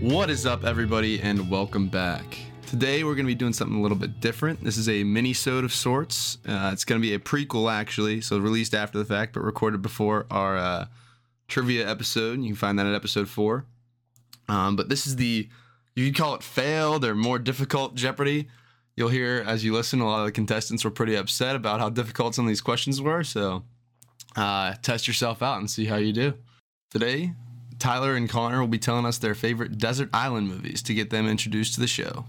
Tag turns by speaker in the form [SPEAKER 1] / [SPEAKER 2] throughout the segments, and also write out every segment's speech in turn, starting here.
[SPEAKER 1] What is up, everybody, and welcome back. Today we're going to be doing something a little bit different. This is a mini-sode of sorts. Uh, it's going to be a prequel, actually, so released after the fact, but recorded before our uh, trivia episode. You can find that at episode four. Um, but this is the you could call it failed or more difficult Jeopardy. You'll hear as you listen, a lot of the contestants were pretty upset about how difficult some of these questions were. So uh, test yourself out and see how you do. Today, Tyler and Connor will be telling us their favorite desert island movies to get them introduced to the show.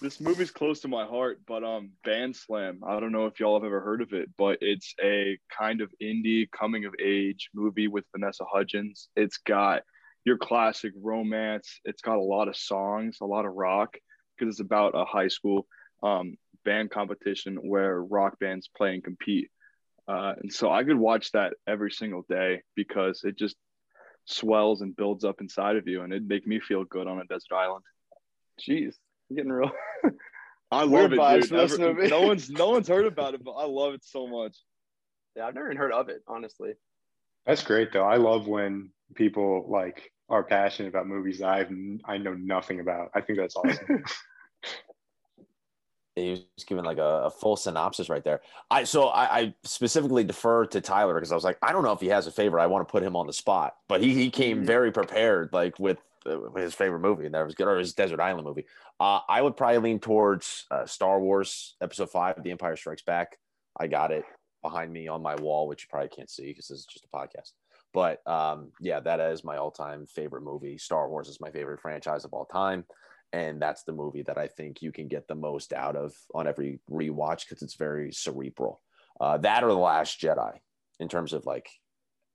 [SPEAKER 2] This movie's close to my heart, but um, Band Slam. I don't know if y'all have ever heard of it, but it's a kind of indie coming of age movie with Vanessa Hudgens. It's got your classic romance. It's got a lot of songs, a lot of rock, because it's about a high school um, band competition where rock bands play and compete. Uh, and so I could watch that every single day because it just swells and builds up inside of you, and it'd make me feel good on a desert island.
[SPEAKER 3] Jeez, I'm getting real.
[SPEAKER 2] I
[SPEAKER 3] Weird
[SPEAKER 2] love it,
[SPEAKER 3] vibes
[SPEAKER 2] dude.
[SPEAKER 3] from listening to
[SPEAKER 2] Every-
[SPEAKER 3] me.
[SPEAKER 2] no one's no one's heard about it, but I love it so much.
[SPEAKER 3] yeah, I've never even heard of it, honestly.
[SPEAKER 4] That's great though. I love when people like are passionate about movies that I've I know nothing about. I think that's awesome.
[SPEAKER 5] Yeah, he was giving like a, a full synopsis right there. I so I, I specifically defer to Tyler because I was like, I don't know if he has a favorite. I want to put him on the spot, but he he came
[SPEAKER 2] Mhm.
[SPEAKER 5] very prepared, like with uh, with his favorite movie, and that was good, or his desert island movie. Uh, I would probably lean towards uh, Star Wars Episode Five: The Empire Strikes Back. I got it behind me on my wall, which you probably can't see because this is just a podcast. But um, yeah, that is my all-time favorite movie. Star Wars is my favorite franchise of all time and that's the movie that I think you can get the most out of on every rewatch because it's very cerebral. Uh, that or the Last Jedi, in terms of like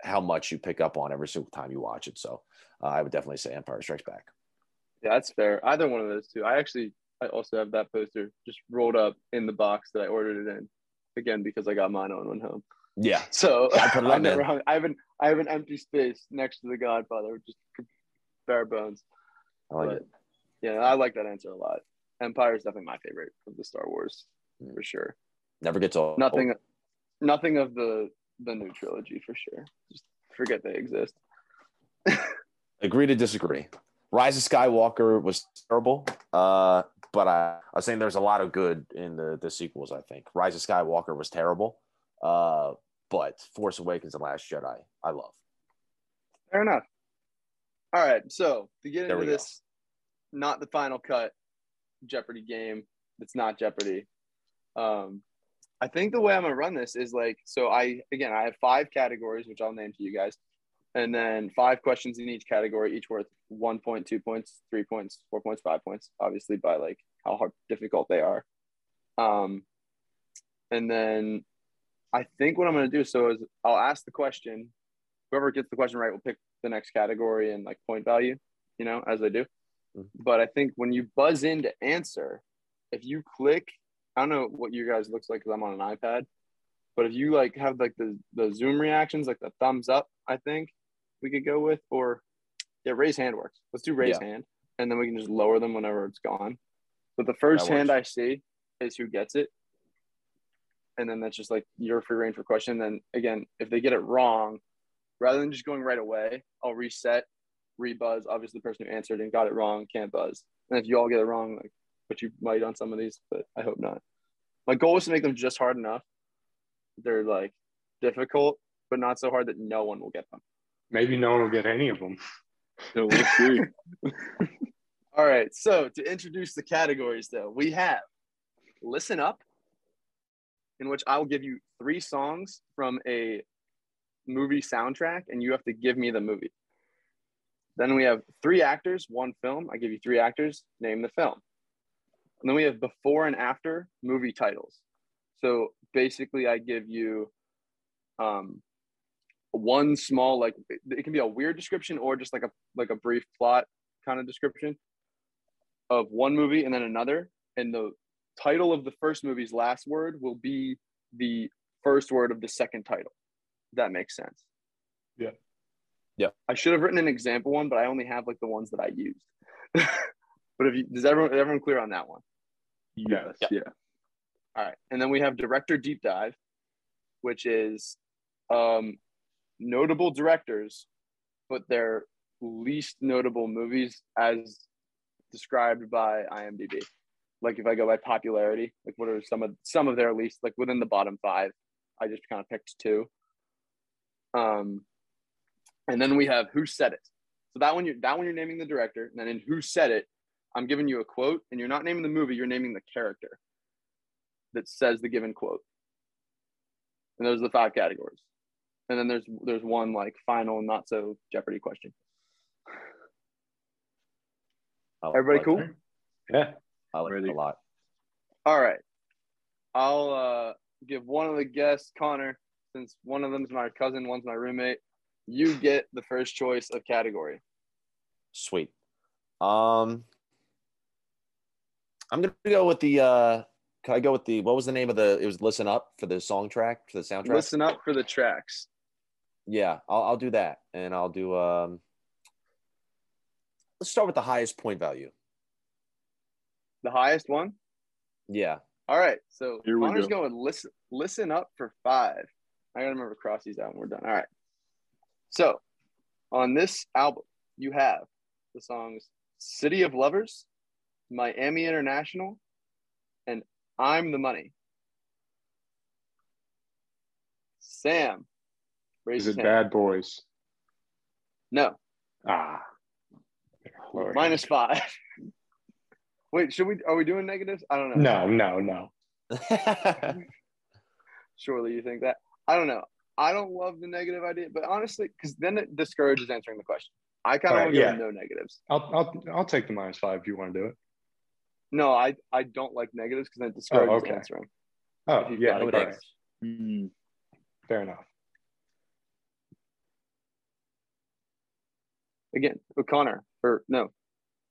[SPEAKER 5] how much you pick up on every single time you watch it. So uh, I would definitely say Empire Strikes Back.
[SPEAKER 3] Yeah, that's fair. Either one of those two. I actually, I also have that poster just rolled up in the box that I ordered it in. Again, because I got mine on one home.
[SPEAKER 5] Yeah,
[SPEAKER 3] So
[SPEAKER 5] I put it
[SPEAKER 3] I've
[SPEAKER 5] on
[SPEAKER 3] never
[SPEAKER 5] there.
[SPEAKER 3] hung, I haven't. I have an empty space next to the Godfather, which is bare bones.
[SPEAKER 5] I like
[SPEAKER 3] But,
[SPEAKER 5] it.
[SPEAKER 3] Yeah, I like that answer a lot. Empire is definitely my favorite of the Star Wars
[SPEAKER 5] Hmm.
[SPEAKER 3] for sure.
[SPEAKER 5] Never gets old. Oh,
[SPEAKER 3] Nothing, nothing of the the new trilogy for sure. Just forget they exist.
[SPEAKER 5] Agree to disagree. Rise of Skywalker was terrible, uh, but I, I was saying there's a lot of good in the the sequels. I think Rise of Skywalker was terrible, uh, but Force Awakens and Last Jedi I love.
[SPEAKER 3] Fair enough. All right, so to get
[SPEAKER 5] There
[SPEAKER 3] into
[SPEAKER 5] we go.
[SPEAKER 3] this, not the final cut Jeopardy game. It's not Jeopardy. Um, I think the way I'm gonna run this is like so. I again, I have five categories, which I'll name to you guys, and then five questions in each category, each worth one point, two points, three points, four points, five points, obviously by like how hard difficult they are. Um, and then I think what I'm gonna do so is I'll ask the question. Whoever gets the question right will pick the next category and like point value, you know, as they do.
[SPEAKER 5] Mhm.
[SPEAKER 3] But I think when you buzz in to answer, if you click, I don't know what you guys looks like because I'm on an iPad, but if you like have like the the Zoom reactions, like the thumbs up, I think we could go with or yeah, raise hand works. Let's do raise hand, and then we can just lower them whenever it's gone. But the first
[SPEAKER 5] That works.
[SPEAKER 3] hand I see is who gets it, and then that's just like your free range for question. Then again, if they get it wrong, rather than just going right away, I'll reset, rebuzz. Obviously, the person who answered and got it wrong can't buzz. And if you all get it wrong, like, but you might on some of these, but I hope not. My goal is to make them just hard enough. They're like difficult, but not so hard that no one will get them.
[SPEAKER 4] Maybe no one will get any of them.
[SPEAKER 2] So we'll see.
[SPEAKER 3] All right. So to introduce the categories, though, we have Listen Up, in which I will give you three songs from a movie soundtrack, and you have to give me the movie. Then we have three actors, one film. I give you three actors, name the film. And then we have before and after movie titles. So basically, I give you um, one small like it- it can be a weird description or just like a like a brief plot kind of description of one movie and then another. And the title of the first movie's last word will be the first word of the second title. If That makes sense.
[SPEAKER 4] Yeah.
[SPEAKER 5] Yeah.
[SPEAKER 3] I should have written an example one, but I only have like the ones that I used. but if you, does everyone is everyone clear on that one?
[SPEAKER 2] yes, yeah.
[SPEAKER 3] All right. And then we have director deep dive, which is um, notable directors, but their least notable movies as described by IMDb. Like if I go by popularity, like what are some of some of their least like within the bottom five? I just kind of picked two. Um, and then we have who said it. So that one you that one you're naming the director, and then in who said it, I'm giving you a quote, and you're not naming the movie, you're naming the character that says the given quote. And those are the five categories. And then there's there's one like final not so Jeopardy question.
[SPEAKER 5] I like-
[SPEAKER 3] Everybody
[SPEAKER 5] I like
[SPEAKER 3] cool?
[SPEAKER 5] that.
[SPEAKER 4] Yeah.
[SPEAKER 5] I like
[SPEAKER 2] Ready.
[SPEAKER 5] it a lot.
[SPEAKER 3] All right. I'll uh, give one of the guests, Connor, since one of them's my cousin, one's my roommate. You get the first choice of category.
[SPEAKER 5] Sweet. Um, I'm gonna go with the. uh Can I go with the? What was the name of the? It was "Listen Up" for the song track for the soundtrack.
[SPEAKER 3] Listen up for the tracks.
[SPEAKER 5] Yeah, I'll, I'll do that, and I'll do. um Let's start with the highest point value.
[SPEAKER 3] The highest one.
[SPEAKER 5] Yeah,
[SPEAKER 3] All right. So
[SPEAKER 2] Here we
[SPEAKER 3] Connor's
[SPEAKER 2] go.
[SPEAKER 3] going listen listen up for five. I gotta remember to cross these out and we're done. All right. So on this album, you have the songs City of Lovers, Miami International, and I'm the Money. Sam. Raise
[SPEAKER 4] Is
[SPEAKER 3] his
[SPEAKER 4] it
[SPEAKER 3] hand.
[SPEAKER 4] Bad Boys?
[SPEAKER 3] No.
[SPEAKER 4] Ah. Lord.
[SPEAKER 3] Minus five. Wait, should we are we doing negatives? I don't know.
[SPEAKER 4] No, no, no.
[SPEAKER 3] surely you think that. I don't know. I don't love the negative idea, but honestly, because then it discourages answering the question. I kind of
[SPEAKER 4] Right,
[SPEAKER 3] want to go
[SPEAKER 4] yeah.
[SPEAKER 3] with no negatives.
[SPEAKER 4] I'll, I'll I'll take the minus five if you want to do it.
[SPEAKER 3] No, I, I don't like negatives because then it discourages
[SPEAKER 4] okay.
[SPEAKER 3] answering.
[SPEAKER 4] Oh
[SPEAKER 3] If you've
[SPEAKER 4] yeah,
[SPEAKER 3] got it,
[SPEAKER 4] all right.
[SPEAKER 5] thanks.
[SPEAKER 2] Mm,
[SPEAKER 4] fair enough.
[SPEAKER 3] Again, with Connor, or no,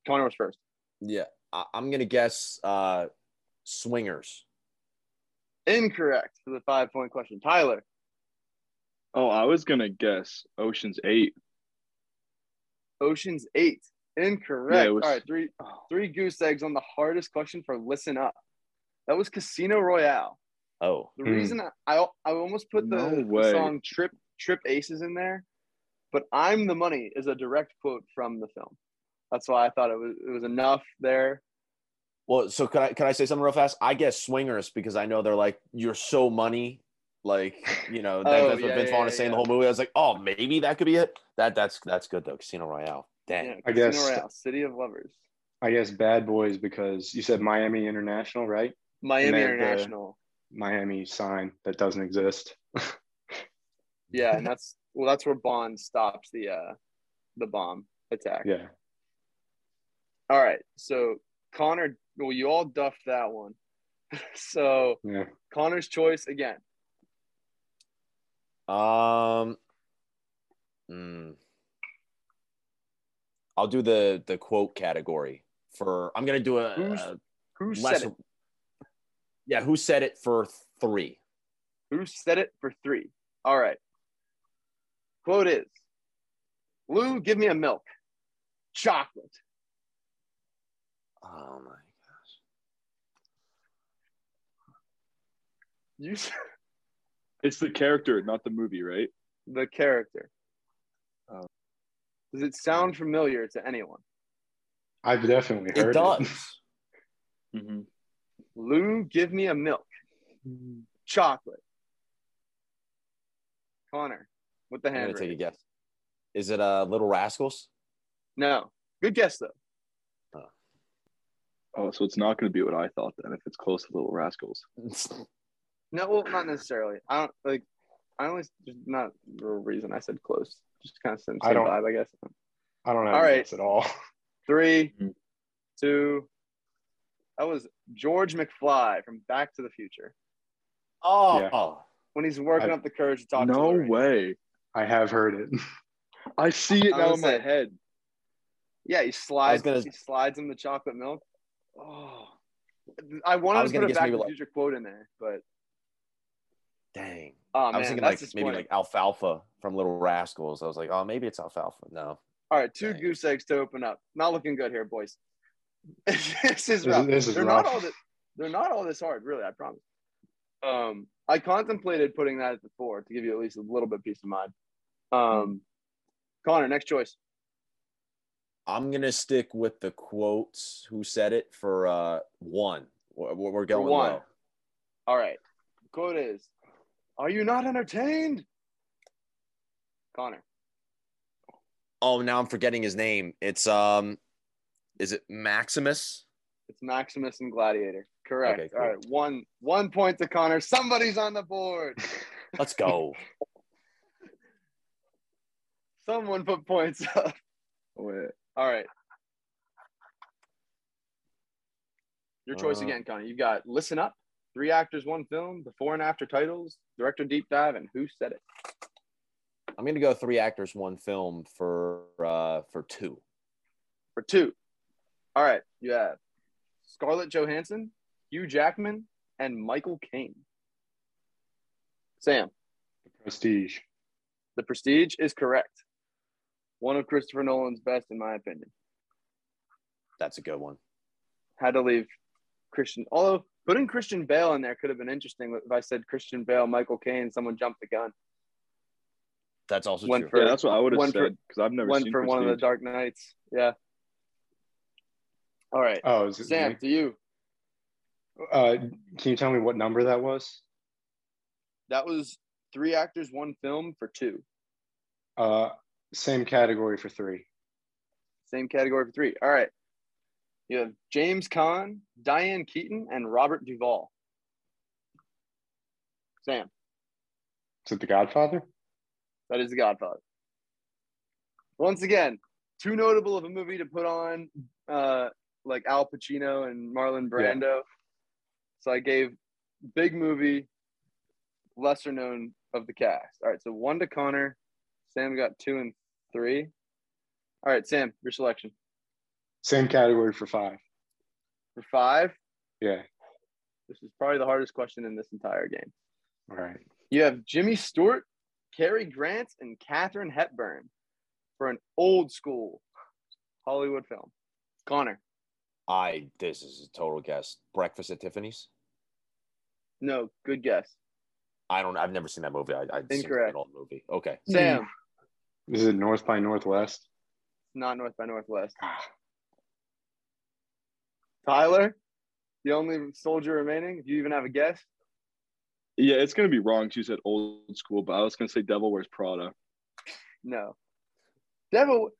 [SPEAKER 3] Connor was first.
[SPEAKER 5] yeah. I, I'm gonna guess uh swingers.
[SPEAKER 3] Incorrect for the five point question. Tyler,
[SPEAKER 2] Oh, I was gonna guess Ocean's Eight.
[SPEAKER 3] Ocean's Eight. Incorrect.
[SPEAKER 2] Yeah, it was-
[SPEAKER 3] All right, three three goose eggs on the hardest question for listen up. That was Casino Royale.
[SPEAKER 5] Oh,
[SPEAKER 3] The
[SPEAKER 4] Hmm.
[SPEAKER 3] reason I, I I almost put the,
[SPEAKER 2] No
[SPEAKER 3] the
[SPEAKER 2] way.
[SPEAKER 3] song "Trip Trip Aces" in there, but "I'm the Money" is a direct quote from the film. That's why I thought it was it was enough there.
[SPEAKER 5] well. So can I can I say something real fast? I guess swingers because I know they're like you're so money. Like you know that,
[SPEAKER 3] Oh,
[SPEAKER 5] that's what
[SPEAKER 3] yeah,
[SPEAKER 5] Vince
[SPEAKER 3] yeah,
[SPEAKER 5] Vaughn
[SPEAKER 3] yeah,
[SPEAKER 5] is saying
[SPEAKER 3] yeah.
[SPEAKER 5] the whole movie. I was like, oh, maybe that could be it. That that's that's good though. Casino Royale. Dang.
[SPEAKER 3] Yeah,
[SPEAKER 4] I
[SPEAKER 3] Casino
[SPEAKER 4] guess-
[SPEAKER 3] Royale, City of Lovers,
[SPEAKER 4] I guess Bad Boys because you said Miami International, right?
[SPEAKER 3] Miami
[SPEAKER 4] Man, the-
[SPEAKER 3] International.
[SPEAKER 4] Miami sign that doesn't exist.
[SPEAKER 3] Yeah, and that's well, that's where Bond stops the uh, the bomb attack.
[SPEAKER 4] Yeah.
[SPEAKER 3] All right, so Connor, well, you all duffed that one. so
[SPEAKER 4] Yeah.
[SPEAKER 3] Connor's choice again.
[SPEAKER 5] Um, mm. I'll do the the quote category for. I'm gonna do a,
[SPEAKER 3] Who's-
[SPEAKER 5] a
[SPEAKER 3] Who
[SPEAKER 5] less.
[SPEAKER 3] said it?
[SPEAKER 5] Yeah, who said it for three?
[SPEAKER 3] Who said it for three? All right. Quote is Lou, give me a milk. Chocolate.
[SPEAKER 5] Oh my!
[SPEAKER 3] You s-
[SPEAKER 2] It's the character, not the movie, right?
[SPEAKER 3] the character. Um,
[SPEAKER 2] Oh.
[SPEAKER 3] Does it sound familiar to anyone?
[SPEAKER 4] I've definitely heard
[SPEAKER 5] It does.
[SPEAKER 2] Mm-hmm.
[SPEAKER 3] Lou, give me a milk. Chocolate. Connor with the
[SPEAKER 5] I'm
[SPEAKER 3] hand.
[SPEAKER 5] gonna take a
[SPEAKER 3] raised.
[SPEAKER 5] guess. Is it uh Little Rascals?
[SPEAKER 3] No. Good guess though.
[SPEAKER 2] Oh, so it's not gonna be what I thought then. If it's close to Little Rascals,
[SPEAKER 3] No, well, not necessarily. I don't like I only there's not a reason I said close. Just kind of same
[SPEAKER 4] I don't-
[SPEAKER 3] vibe, I guess.
[SPEAKER 4] I don't have
[SPEAKER 3] All
[SPEAKER 4] all
[SPEAKER 3] right.
[SPEAKER 4] right. at all.
[SPEAKER 3] Three,
[SPEAKER 5] Mm-hmm.
[SPEAKER 2] Mhm.
[SPEAKER 3] two. That was George McFly from Back to the Future
[SPEAKER 5] oh,
[SPEAKER 4] Yeah.
[SPEAKER 5] oh,
[SPEAKER 3] when he's working
[SPEAKER 4] I-
[SPEAKER 3] up the courage to talk. to
[SPEAKER 2] no
[SPEAKER 3] Lorraine.
[SPEAKER 2] way.
[SPEAKER 4] I have heard it.
[SPEAKER 2] I see it
[SPEAKER 3] I
[SPEAKER 2] now
[SPEAKER 3] was
[SPEAKER 2] in my
[SPEAKER 3] like-
[SPEAKER 2] head.
[SPEAKER 3] Yeah, he slides.
[SPEAKER 5] gonna-
[SPEAKER 3] He slides him the chocolate milk. Oh, I wanted
[SPEAKER 5] I was
[SPEAKER 3] to
[SPEAKER 5] gonna
[SPEAKER 3] put a
[SPEAKER 5] guess
[SPEAKER 3] Back to
[SPEAKER 5] maybe
[SPEAKER 3] the
[SPEAKER 5] like-
[SPEAKER 3] Future quote in there, but
[SPEAKER 5] dang!
[SPEAKER 3] oh man,
[SPEAKER 5] I was thinking
[SPEAKER 3] that's
[SPEAKER 5] like maybe like alfalfa from Little Rascals. I was like, oh, maybe it's alfalfa. No,
[SPEAKER 3] All right, two
[SPEAKER 5] Dang.
[SPEAKER 3] goose eggs to open up. Not looking good here, boys. this is
[SPEAKER 4] This
[SPEAKER 3] rough.
[SPEAKER 4] is, this is
[SPEAKER 3] they're
[SPEAKER 4] rough.
[SPEAKER 3] not all that they're not all this hard, really. I promise. Um, I contemplated putting that at the four to give you at least a little bit of peace of mind. Um, Connor, next choice.
[SPEAKER 5] I'm gonna stick with the quotes. Who said it for uh, one? We're, we're going
[SPEAKER 3] one.
[SPEAKER 5] low.
[SPEAKER 3] All right. Quote is Are you not entertained? Connor.
[SPEAKER 5] Oh, now I'm forgetting his name. It's um, is it Maximus?
[SPEAKER 3] It's Maximus and Gladiator. Correct.
[SPEAKER 5] Okay, cool.
[SPEAKER 3] All right. One one point to Connor. Somebody's on the board.
[SPEAKER 5] Let's go.
[SPEAKER 3] Someone put points up.
[SPEAKER 2] Wait,
[SPEAKER 3] All right. Your choice
[SPEAKER 5] Uh,
[SPEAKER 3] again, Connor. You've got Listen Up, Three Actors, One Film, Before and After Titles, Director Deep Dive, and Who Said It?
[SPEAKER 5] I'm gonna go three actors, one film for uh for two.
[SPEAKER 3] For two. All right. You have Scarlett Johansson, Hugh Jackman, and Michael Caine. Sam,
[SPEAKER 4] Prestige.
[SPEAKER 3] The Prestige is correct. One of Christopher Nolan's best, in my opinion.
[SPEAKER 5] That's a good one.
[SPEAKER 3] had to leave Christian. Although putting Christian Bale in there could have been interesting if I said Christian Bale, Michael Caine, someone jumped the gun.
[SPEAKER 5] That's also
[SPEAKER 3] One
[SPEAKER 5] true.
[SPEAKER 3] for-
[SPEAKER 2] yeah, that's what I would have
[SPEAKER 3] One
[SPEAKER 2] said
[SPEAKER 3] for-
[SPEAKER 2] because I've never
[SPEAKER 3] One
[SPEAKER 2] seen
[SPEAKER 3] for one of the
[SPEAKER 2] Prestige.
[SPEAKER 3] Dark Knights. Yeah. All
[SPEAKER 2] Uh,
[SPEAKER 3] right,
[SPEAKER 4] Oh, is it
[SPEAKER 3] Sam, to you.
[SPEAKER 4] Uh, can you tell me what number that was?
[SPEAKER 3] That was three actors, one film for two.
[SPEAKER 4] Uh, same category for three.
[SPEAKER 3] Same category for three. All right. You have James Caan, Diane Keaton, and Robert Duvall. Sam,
[SPEAKER 4] Is it The Godfather?
[SPEAKER 3] that is The Godfather. Once again, too notable of a movie to put on uh, like Al Pacino and Marlon Brando. So I gave big movie, lesser known of the cast. All right, so one to Connor. Sam got two and three. All right, Sam, your selection
[SPEAKER 4] Same category for five.
[SPEAKER 3] for five.
[SPEAKER 4] Yeah.
[SPEAKER 3] This is probably the hardest question in this entire game.
[SPEAKER 4] All right.
[SPEAKER 3] You have Jimmy Stewart, Cary Grant, and Katherine Hepburn for an old school Hollywood film. Connor,
[SPEAKER 5] I this is a total guess. Breakfast at Tiffany's.
[SPEAKER 3] no, good guess.
[SPEAKER 5] I don't. I've never seen that movie. I, I seems like
[SPEAKER 3] Incorrect.
[SPEAKER 5] an old movie. Okay.
[SPEAKER 3] Sam,
[SPEAKER 4] Is it North by Northwest?
[SPEAKER 3] not North by Northwest.
[SPEAKER 4] Ah,
[SPEAKER 3] Tyler, the only soldier remaining. Do you even have a guess?
[SPEAKER 2] Yeah, it's gonna be wrong. 'cause You said old school, but I was gonna say Devil Wears Prada.
[SPEAKER 3] No. Devil,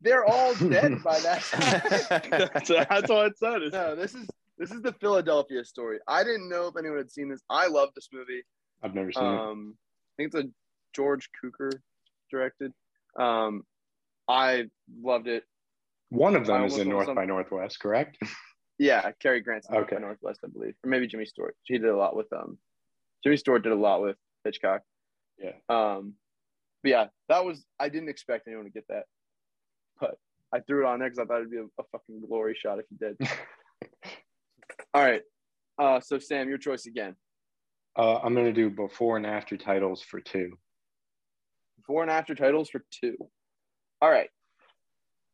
[SPEAKER 3] they're all dead by that. time.
[SPEAKER 2] that's, that's all it said. It's-
[SPEAKER 3] no, this is this is the Philadelphia story. I didn't know if anyone had seen this. I love this movie.
[SPEAKER 4] I've never seen it.
[SPEAKER 3] Um, I think it's a George Cooker directed. Um, I loved it.
[SPEAKER 4] One of them
[SPEAKER 3] I
[SPEAKER 4] is
[SPEAKER 3] almost
[SPEAKER 4] in North
[SPEAKER 3] thought
[SPEAKER 4] by Northwest, correct?
[SPEAKER 3] Yeah, Cary Grant's in
[SPEAKER 4] Okay.
[SPEAKER 3] the Northwest, I believe, or maybe Jimmy Stewart. He did a lot with um, Jimmy Stewart did a lot with Hitchcock.
[SPEAKER 4] Yeah.
[SPEAKER 3] Um, but yeah, that was I didn't expect anyone to get that, but I threw it on there because I thought it'd be a, a fucking glory shot if you did. All right. Uh, so Sam, your choice again.
[SPEAKER 4] Uh, I'm going to do before and after titles for two.
[SPEAKER 3] Before and after titles for two. All right.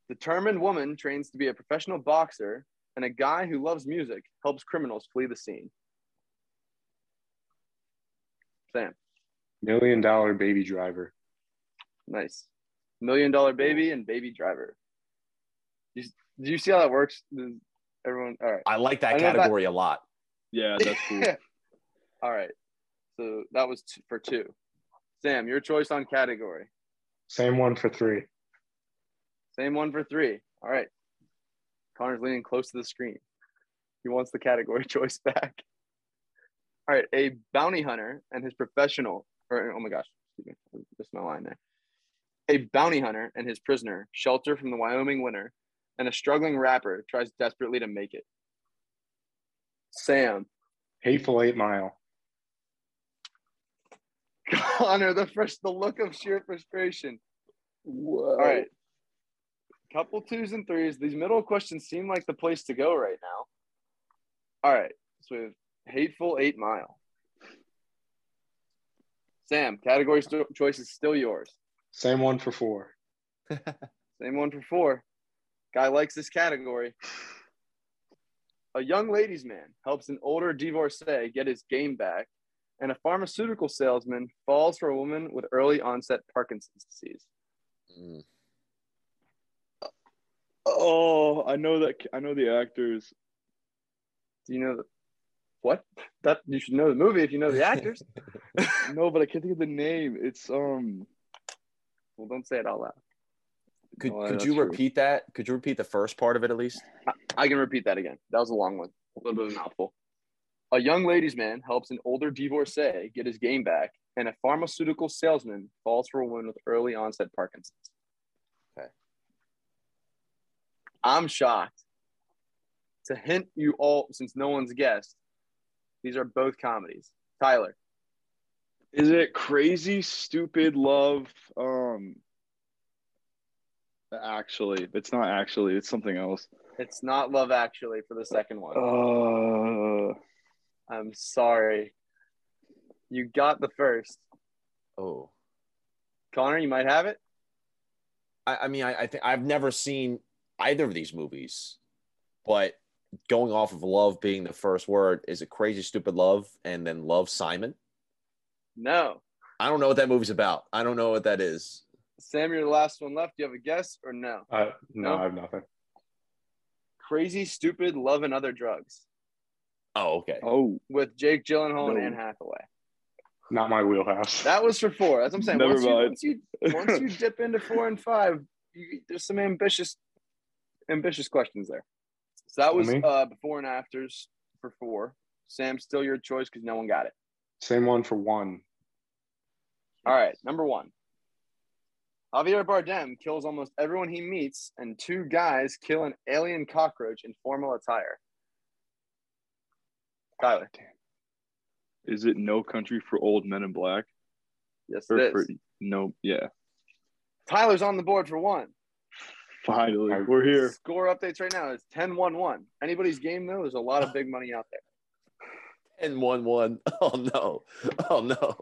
[SPEAKER 3] Determined woman trains to be a professional boxer, and a guy who loves music helps criminals flee the scene. Sam,
[SPEAKER 4] Million Dollar Baby Driver.
[SPEAKER 3] nice. Million Dollar Baby and Baby Driver. You, do you see how that works? Does Everyone, all right.
[SPEAKER 5] I like
[SPEAKER 3] I
[SPEAKER 5] that
[SPEAKER 3] know that-
[SPEAKER 5] category a lot.
[SPEAKER 2] yeah, that's cool.
[SPEAKER 3] all right. So that was t- for two. Sam, your choice on category.
[SPEAKER 4] Same one for three.
[SPEAKER 3] Same one for three. All right. Connor's leaning close to the screen. He wants the category choice back. All right. A bounty hunter and his professional, or oh my gosh, excuse me, missed my line there. A bounty hunter and his prisoner shelter from the Wyoming winter, and a struggling rapper tries desperately to make it. Sam,
[SPEAKER 4] Hateful Eight Mile.
[SPEAKER 3] Connor, the first, the look of sheer frustration.
[SPEAKER 2] Whoa.
[SPEAKER 3] All right. Couple twos and threes. These middle questions seem like the place to go right now. All right. So we have Hateful Eight Mile. Sam, category sto- choice is still yours.
[SPEAKER 4] Same one for four.
[SPEAKER 3] Same one for four. Guy likes this category. A young ladies' man helps an older divorcee get his game back, and a pharmaceutical salesman falls for a woman with early onset Parkinson's disease.
[SPEAKER 5] Mm.
[SPEAKER 3] Uh,
[SPEAKER 2] Oh, I know that. I know the actors.
[SPEAKER 3] Do you know the, what? That you should know the movie if you know the actors.
[SPEAKER 2] No, but I can't think of the name. It's um.
[SPEAKER 3] well, don't say it out loud.
[SPEAKER 5] Could,
[SPEAKER 2] Oh,
[SPEAKER 5] could
[SPEAKER 2] that's
[SPEAKER 5] you
[SPEAKER 2] true.
[SPEAKER 5] repeat that? Could you repeat the first part of it at least?
[SPEAKER 3] I can repeat that again. That was a long one, a little bit of a mouthful. A young ladies' man helps an older divorcee get his game back, and a pharmaceutical salesman falls for a woman with early onset Parkinson's.
[SPEAKER 5] Okay.
[SPEAKER 3] I'm shocked. To hint you all, since no one's guessed, these are both comedies. Tyler,
[SPEAKER 2] Is it crazy stupid love? Um. Actually, it's not actually. It's something else.
[SPEAKER 3] it's not Love Actually for the second one.
[SPEAKER 2] Oh, Uh.
[SPEAKER 3] I'm sorry. You got the first.
[SPEAKER 5] Oh,
[SPEAKER 3] Connor, you might have it.
[SPEAKER 5] I, I mean, I, I think I've never seen either of these movies, but going off of love being the first word is a crazy stupid love, and then love Simon.
[SPEAKER 3] No.
[SPEAKER 5] I don't know what that movie's about. I don't know what that is.
[SPEAKER 3] Sam, you're the last one left. Do you have a guess or no?
[SPEAKER 4] Uh, no,
[SPEAKER 3] No?
[SPEAKER 4] I have nothing.
[SPEAKER 3] Crazy, stupid, love and other drugs
[SPEAKER 5] Oh, okay.
[SPEAKER 2] Oh.
[SPEAKER 3] with Jake Gyllenhaal and
[SPEAKER 2] No.
[SPEAKER 3] Anne Hathaway.
[SPEAKER 4] Not my wheelhouse.
[SPEAKER 3] That was for four. That's what I'm saying.
[SPEAKER 2] Never
[SPEAKER 3] Once you,
[SPEAKER 2] mind.
[SPEAKER 3] once you once you dip into four and five, you, there's some ambitious ambitious questions there. So that was
[SPEAKER 4] Me?
[SPEAKER 3] uh, before and afters for four. Sam, still your choice because no one got it.
[SPEAKER 4] Same one for one.
[SPEAKER 3] All right, number one. Javier Bardem kills almost everyone he meets, and two guys kill an alien cockroach in formal attire. Tyler,
[SPEAKER 2] Is it No Country for Old Men in Black?
[SPEAKER 3] yes,
[SPEAKER 2] Or
[SPEAKER 3] it is.
[SPEAKER 2] for, no, yeah.
[SPEAKER 3] Tyler's on the board for one.
[SPEAKER 2] Finally,
[SPEAKER 4] I-
[SPEAKER 2] we're here.
[SPEAKER 3] Score updates right now is 10 1 1. Anybody's game, though, there's a lot of big money out there.
[SPEAKER 5] And one one. Oh no. Oh no.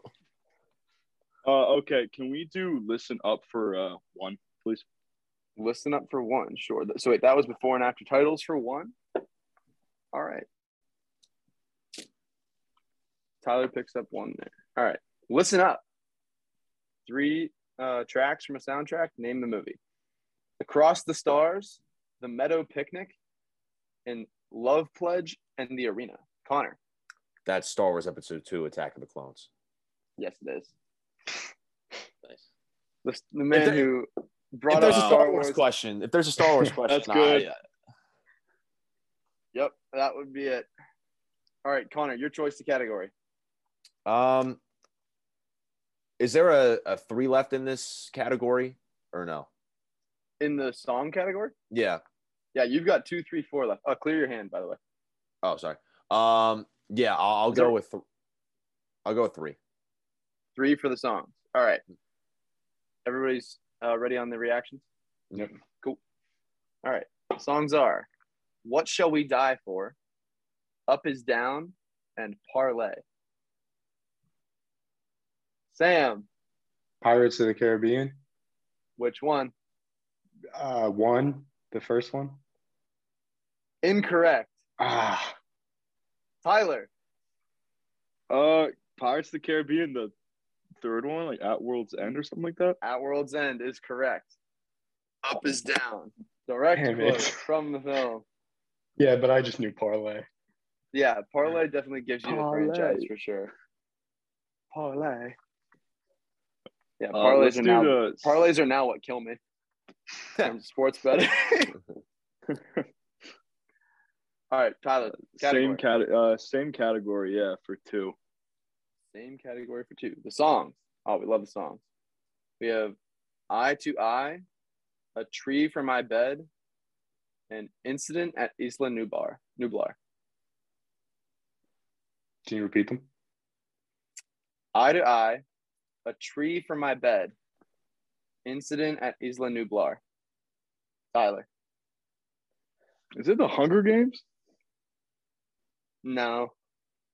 [SPEAKER 2] Uh, okay, can we do listen up for uh, one, please?
[SPEAKER 3] Listen up for one, sure. Th- So, wait, that was before and after titles for one? All right. Tyler picks up one there. All right. Listen up. Three uh, tracks from a soundtrack. Name the movie Across the Stars, The Meadow Picnic, and Love Pledge, and The Arena. Connor.
[SPEAKER 5] That's Star Wars Episode Two: Attack of the Clones.
[SPEAKER 3] Yes, it is.
[SPEAKER 5] Nice.
[SPEAKER 3] The, the man
[SPEAKER 5] there-
[SPEAKER 3] who
[SPEAKER 5] If
[SPEAKER 3] brought up
[SPEAKER 5] there's a
[SPEAKER 2] Wow.
[SPEAKER 5] Star Wars question, if there's a Star Wars question,
[SPEAKER 2] That's good.
[SPEAKER 5] I-
[SPEAKER 3] Yep, that would be it. All right, Connor, your choice to category.
[SPEAKER 5] Um, is there a, a three left in this category or no?
[SPEAKER 3] In the song category?
[SPEAKER 5] Yeah.
[SPEAKER 3] Yeah, you've got two, three, four left. Oh, clear your hand, by the way.
[SPEAKER 5] Oh, sorry. Um, yeah, I'll, I'll
[SPEAKER 3] Is
[SPEAKER 5] go
[SPEAKER 3] there-
[SPEAKER 5] with. Th- I'll go with three.
[SPEAKER 3] Three for the songs. All right. Everybody's uh, ready on the reactions?
[SPEAKER 4] Yep.
[SPEAKER 3] Cool. All right. Songs are What Shall We Die For? Up is Down and Parlay. Sam,
[SPEAKER 4] Pirates of the Caribbean.
[SPEAKER 3] which one?
[SPEAKER 4] Uh, one, the first one.
[SPEAKER 3] Incorrect.
[SPEAKER 4] Ah,
[SPEAKER 3] Tyler,
[SPEAKER 2] Uh, Pirates of the Caribbean, the third one, like at World's End or something like that.
[SPEAKER 3] At World's End is correct. Up is down. Direct
[SPEAKER 4] Damn it.
[SPEAKER 3] quote from the film.
[SPEAKER 4] yeah, but I just knew parlay.
[SPEAKER 3] Yeah, parlay definitely gives you
[SPEAKER 2] Parlay.
[SPEAKER 3] the franchise for sure.
[SPEAKER 2] Parlay.
[SPEAKER 3] Yeah,
[SPEAKER 2] Uh,
[SPEAKER 3] parlays
[SPEAKER 2] let's
[SPEAKER 3] are
[SPEAKER 2] do
[SPEAKER 3] now
[SPEAKER 2] the
[SPEAKER 3] parlays are now what kill me. From sports betting. All right, Tyler.
[SPEAKER 2] same cat. Uh, same category, yeah, for two.
[SPEAKER 3] Same category for two. The songs. Oh, we love the songs. We have Eye to Eye, A Tree for My Bed, and Incident at Isla Nublar. Nublar.
[SPEAKER 4] Can you repeat them?
[SPEAKER 3] Eye to Eye, A Tree for My Bed, Incident at Isla Nublar. Tyler.
[SPEAKER 2] Is it the Hunger Games?
[SPEAKER 3] No.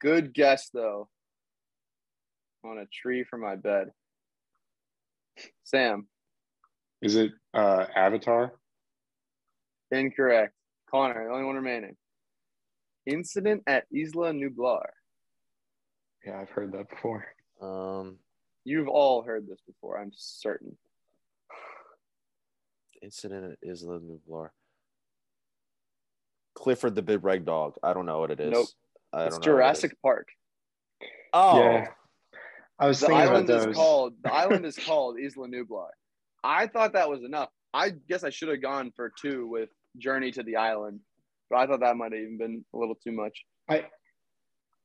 [SPEAKER 3] Good guess, though. On a tree for my bed. Sam.
[SPEAKER 4] Is it uh, Avatar?
[SPEAKER 3] Incorrect. Connor, the only one remaining. Incident at Isla Nublar.
[SPEAKER 4] Yeah, I've heard that before.
[SPEAKER 5] Um,
[SPEAKER 3] You've all heard this before, I'm certain.
[SPEAKER 5] incident at Isla Nublar. Clifford the Big Red Dog. I don't know what it is.
[SPEAKER 3] Nope.
[SPEAKER 5] I don't
[SPEAKER 3] It's
[SPEAKER 5] know what it
[SPEAKER 3] Jurassic
[SPEAKER 5] is.
[SPEAKER 3] Park.
[SPEAKER 5] Oh,
[SPEAKER 4] Yeah. I was
[SPEAKER 3] The
[SPEAKER 4] thinking
[SPEAKER 3] island
[SPEAKER 4] about those.
[SPEAKER 3] is called the island is called Isla Nublar. I thought that was enough. I guess I should have gone for two with Journey to the Island, but I thought that might have even been a little too much.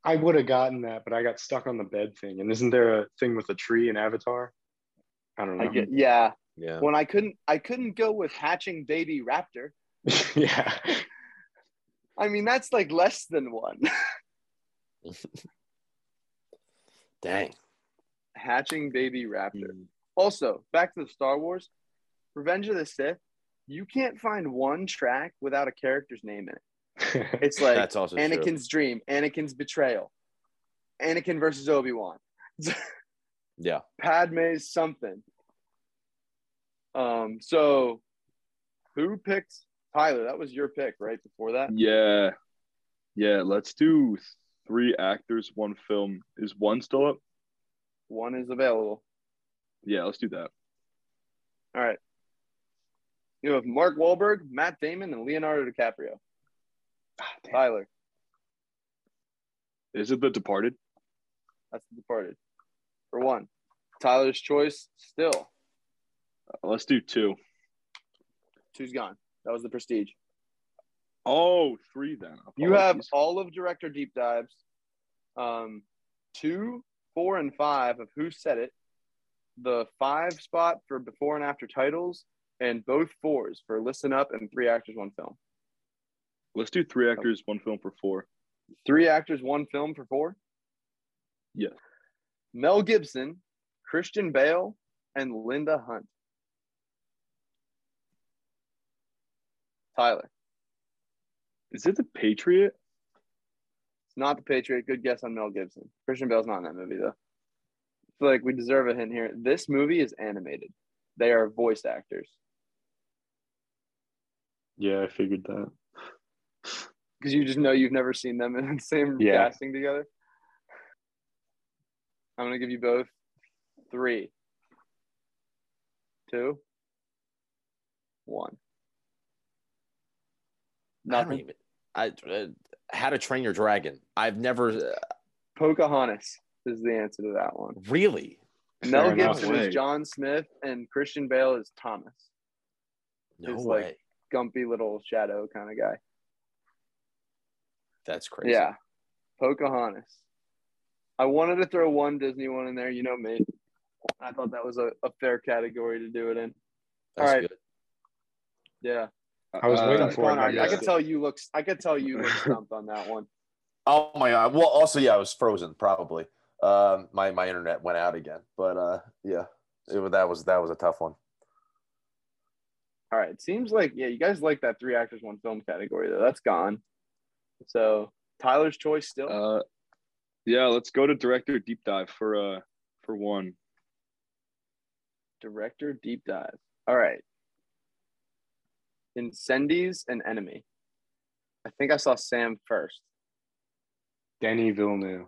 [SPEAKER 4] I would have gotten that, but I got stuck on the bed thing. And isn't there a thing with a tree in Avatar? I don't know.
[SPEAKER 3] I get yeah.
[SPEAKER 5] yeah.
[SPEAKER 3] When I couldn't I couldn't go with hatching baby raptor.
[SPEAKER 4] yeah.
[SPEAKER 3] I mean that's like less than one.
[SPEAKER 5] Dang.
[SPEAKER 3] hatching baby raptor. Also, back to the Star Wars, Revenge of the Sith. You can't find one track without a character's name in it. It's like
[SPEAKER 5] That's also true.
[SPEAKER 3] Anakin's dream, Anakin's betrayal, Anakin versus Obi Wan,
[SPEAKER 5] Yeah.
[SPEAKER 3] Padme's something. Um, so who picked Tyler? That was your pick right before that.
[SPEAKER 2] Yeah. Yeah, let's do three actors, one film. Is one still up?
[SPEAKER 3] One is available.
[SPEAKER 2] Yeah, let's do that.
[SPEAKER 3] All right. You have Mark Wahlberg, Matt Damon, and Leonardo DiCaprio.
[SPEAKER 4] Ah, damn.
[SPEAKER 3] Tyler,
[SPEAKER 2] Is it The Departed?
[SPEAKER 3] that's the departed. For one. Tyler's choice still.
[SPEAKER 2] Uh, Let's do two.
[SPEAKER 3] Two's gone. That was the prestige.
[SPEAKER 2] Oh, three then.
[SPEAKER 3] You have
[SPEAKER 2] Apologies.
[SPEAKER 3] all of director deep dives. Um, two, four, and five of Who Said It. The five spot for before and after titles, and both fours for Listen Up and Three Actors One Film.
[SPEAKER 2] Let's do three actors, one film for four.
[SPEAKER 3] Three actors, one film for four.
[SPEAKER 2] Yes.
[SPEAKER 3] Mel Gibson, Christian Bale, and Linda Hunt. Tyler,
[SPEAKER 2] Is it The Patriot?
[SPEAKER 3] it's not the Patriot. Good guess on Mel Gibson. Christian Bale's not in that movie though. I feel like we deserve a hint here. This movie is animated. They are voice actors
[SPEAKER 2] Yeah, I figured that.
[SPEAKER 3] because you just know you've never seen them in the same
[SPEAKER 4] Yeah.
[SPEAKER 3] casting together. I'm gonna give you both three, two, one.
[SPEAKER 5] I don't
[SPEAKER 3] Nothing.
[SPEAKER 5] even. I uh, How to Train Your Dragon. I've never uh,
[SPEAKER 3] Pocahontas is the answer to that one.
[SPEAKER 5] really.
[SPEAKER 3] Mel
[SPEAKER 4] Fair enough.
[SPEAKER 3] Gibson
[SPEAKER 2] Way.
[SPEAKER 3] is John Smith and Christian Bale is Thomas,
[SPEAKER 5] No
[SPEAKER 3] It's
[SPEAKER 5] way.
[SPEAKER 3] like- gumpy little shadow kind of guy.
[SPEAKER 5] That's crazy.
[SPEAKER 3] Yeah. Pocahontas. I wanted to throw one Disney one in there. You know me. I thought that was a, a fair category to do it in.
[SPEAKER 5] That's
[SPEAKER 3] All right.
[SPEAKER 5] good.
[SPEAKER 3] Yeah.
[SPEAKER 4] I was waiting
[SPEAKER 2] Uh,
[SPEAKER 4] for it.
[SPEAKER 3] Connor,
[SPEAKER 4] and I
[SPEAKER 3] I, I
[SPEAKER 4] guessed
[SPEAKER 3] could
[SPEAKER 4] it.
[SPEAKER 3] tell you looks I could tell you look stumped on that one.
[SPEAKER 5] Oh my god. Well, also yeah, I was frozen probably. Um, my my internet went out again, but uh, yeah, it, was- that was that was a tough one.
[SPEAKER 3] All right. Seems like yeah, you guys like that three actors one film category though. That's gone. So Tyler's choice still.
[SPEAKER 2] Uh, yeah, let's go to director deep dive for uh for one.
[SPEAKER 3] Director deep dive. All right. Incendies and enemy. I think I saw Sam first.
[SPEAKER 4] Danny Villeneuve.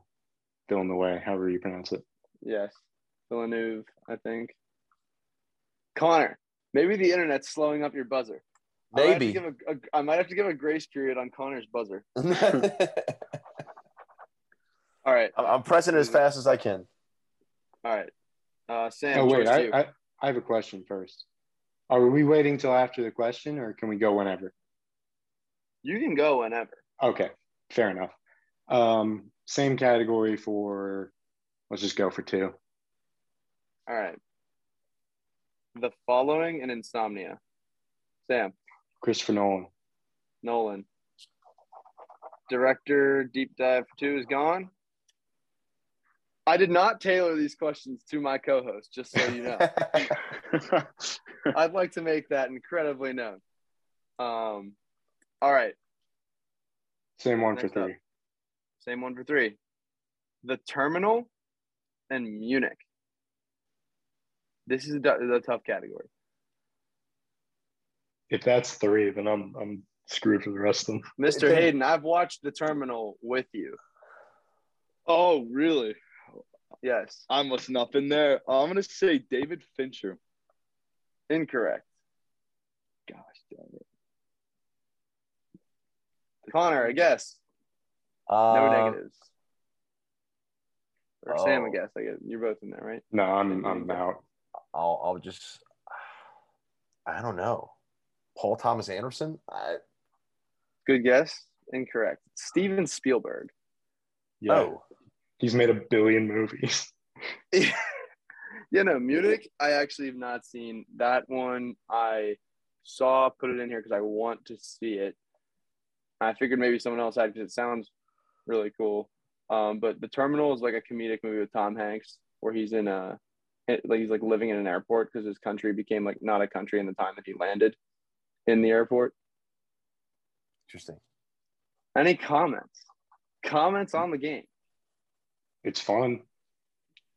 [SPEAKER 4] Villeneuve, however you pronounce it.
[SPEAKER 3] Yes. Villeneuve, I think. Connor, maybe the internet's slowing up your buzzer. I might have to
[SPEAKER 5] Maybe.
[SPEAKER 3] give a- a- I might have to give a grace period on Connor's buzzer.
[SPEAKER 5] I'm,
[SPEAKER 3] All right.
[SPEAKER 5] I'm pressing it as fast as I can.
[SPEAKER 3] All right. Uh, Sam,
[SPEAKER 4] Oh, wait.
[SPEAKER 3] choice
[SPEAKER 4] I,
[SPEAKER 3] two.
[SPEAKER 4] I, I have a question first. Are we waiting till after the question or can we go whenever?
[SPEAKER 3] you can go whenever.
[SPEAKER 4] Okay, fair enough. Um, same category for, let's just go for two.
[SPEAKER 3] All right. The following and insomnia. Sam,
[SPEAKER 4] Christopher Nolan.
[SPEAKER 3] Nolan. Director deep dive two is gone. I did not tailor these questions to my co-host, just so you know. I'd like to make that incredibly known. Um, all right,
[SPEAKER 4] Same one for
[SPEAKER 3] Next up.
[SPEAKER 4] three.
[SPEAKER 3] same one for three. The Terminal and Munich. This is a, du- a tough category.
[SPEAKER 4] If that's three, then I'm I'm screwed for the rest of them.
[SPEAKER 3] Mr.
[SPEAKER 5] Then-
[SPEAKER 3] Hayden, I've watched The Terminal with you.
[SPEAKER 2] Oh, really?
[SPEAKER 3] Yes,
[SPEAKER 2] I'm listening up in there. Uh, I'm gonna say David Fincher.
[SPEAKER 3] incorrect.
[SPEAKER 2] Gosh damn it.
[SPEAKER 3] Connor, I guess.
[SPEAKER 5] Uh,
[SPEAKER 3] No negatives. Or Sam, I
[SPEAKER 5] oh.
[SPEAKER 3] guess. I guess. You're both in there, right?
[SPEAKER 4] No, I'm I'm out.
[SPEAKER 5] I'll, I'll just, I don't know. Paul Thomas Anderson? I,
[SPEAKER 3] Good guess. Incorrect. Steven Spielberg.
[SPEAKER 4] Yeah,
[SPEAKER 5] Oh,
[SPEAKER 4] he's made a billion movies.
[SPEAKER 3] yeah, no, Munich, I actually have not seen that one. I saw, put it in here because I want to see it. I figured maybe someone else had because it sounds really cool. Um, but The Terminal is like a comedic movie with Tom Hanks where he's in a, it- like he's like living in an airport because his country became like not a country in the time that he landed in the airport.
[SPEAKER 5] interesting.
[SPEAKER 3] Any comments? Comments on the game?
[SPEAKER 4] It's fun.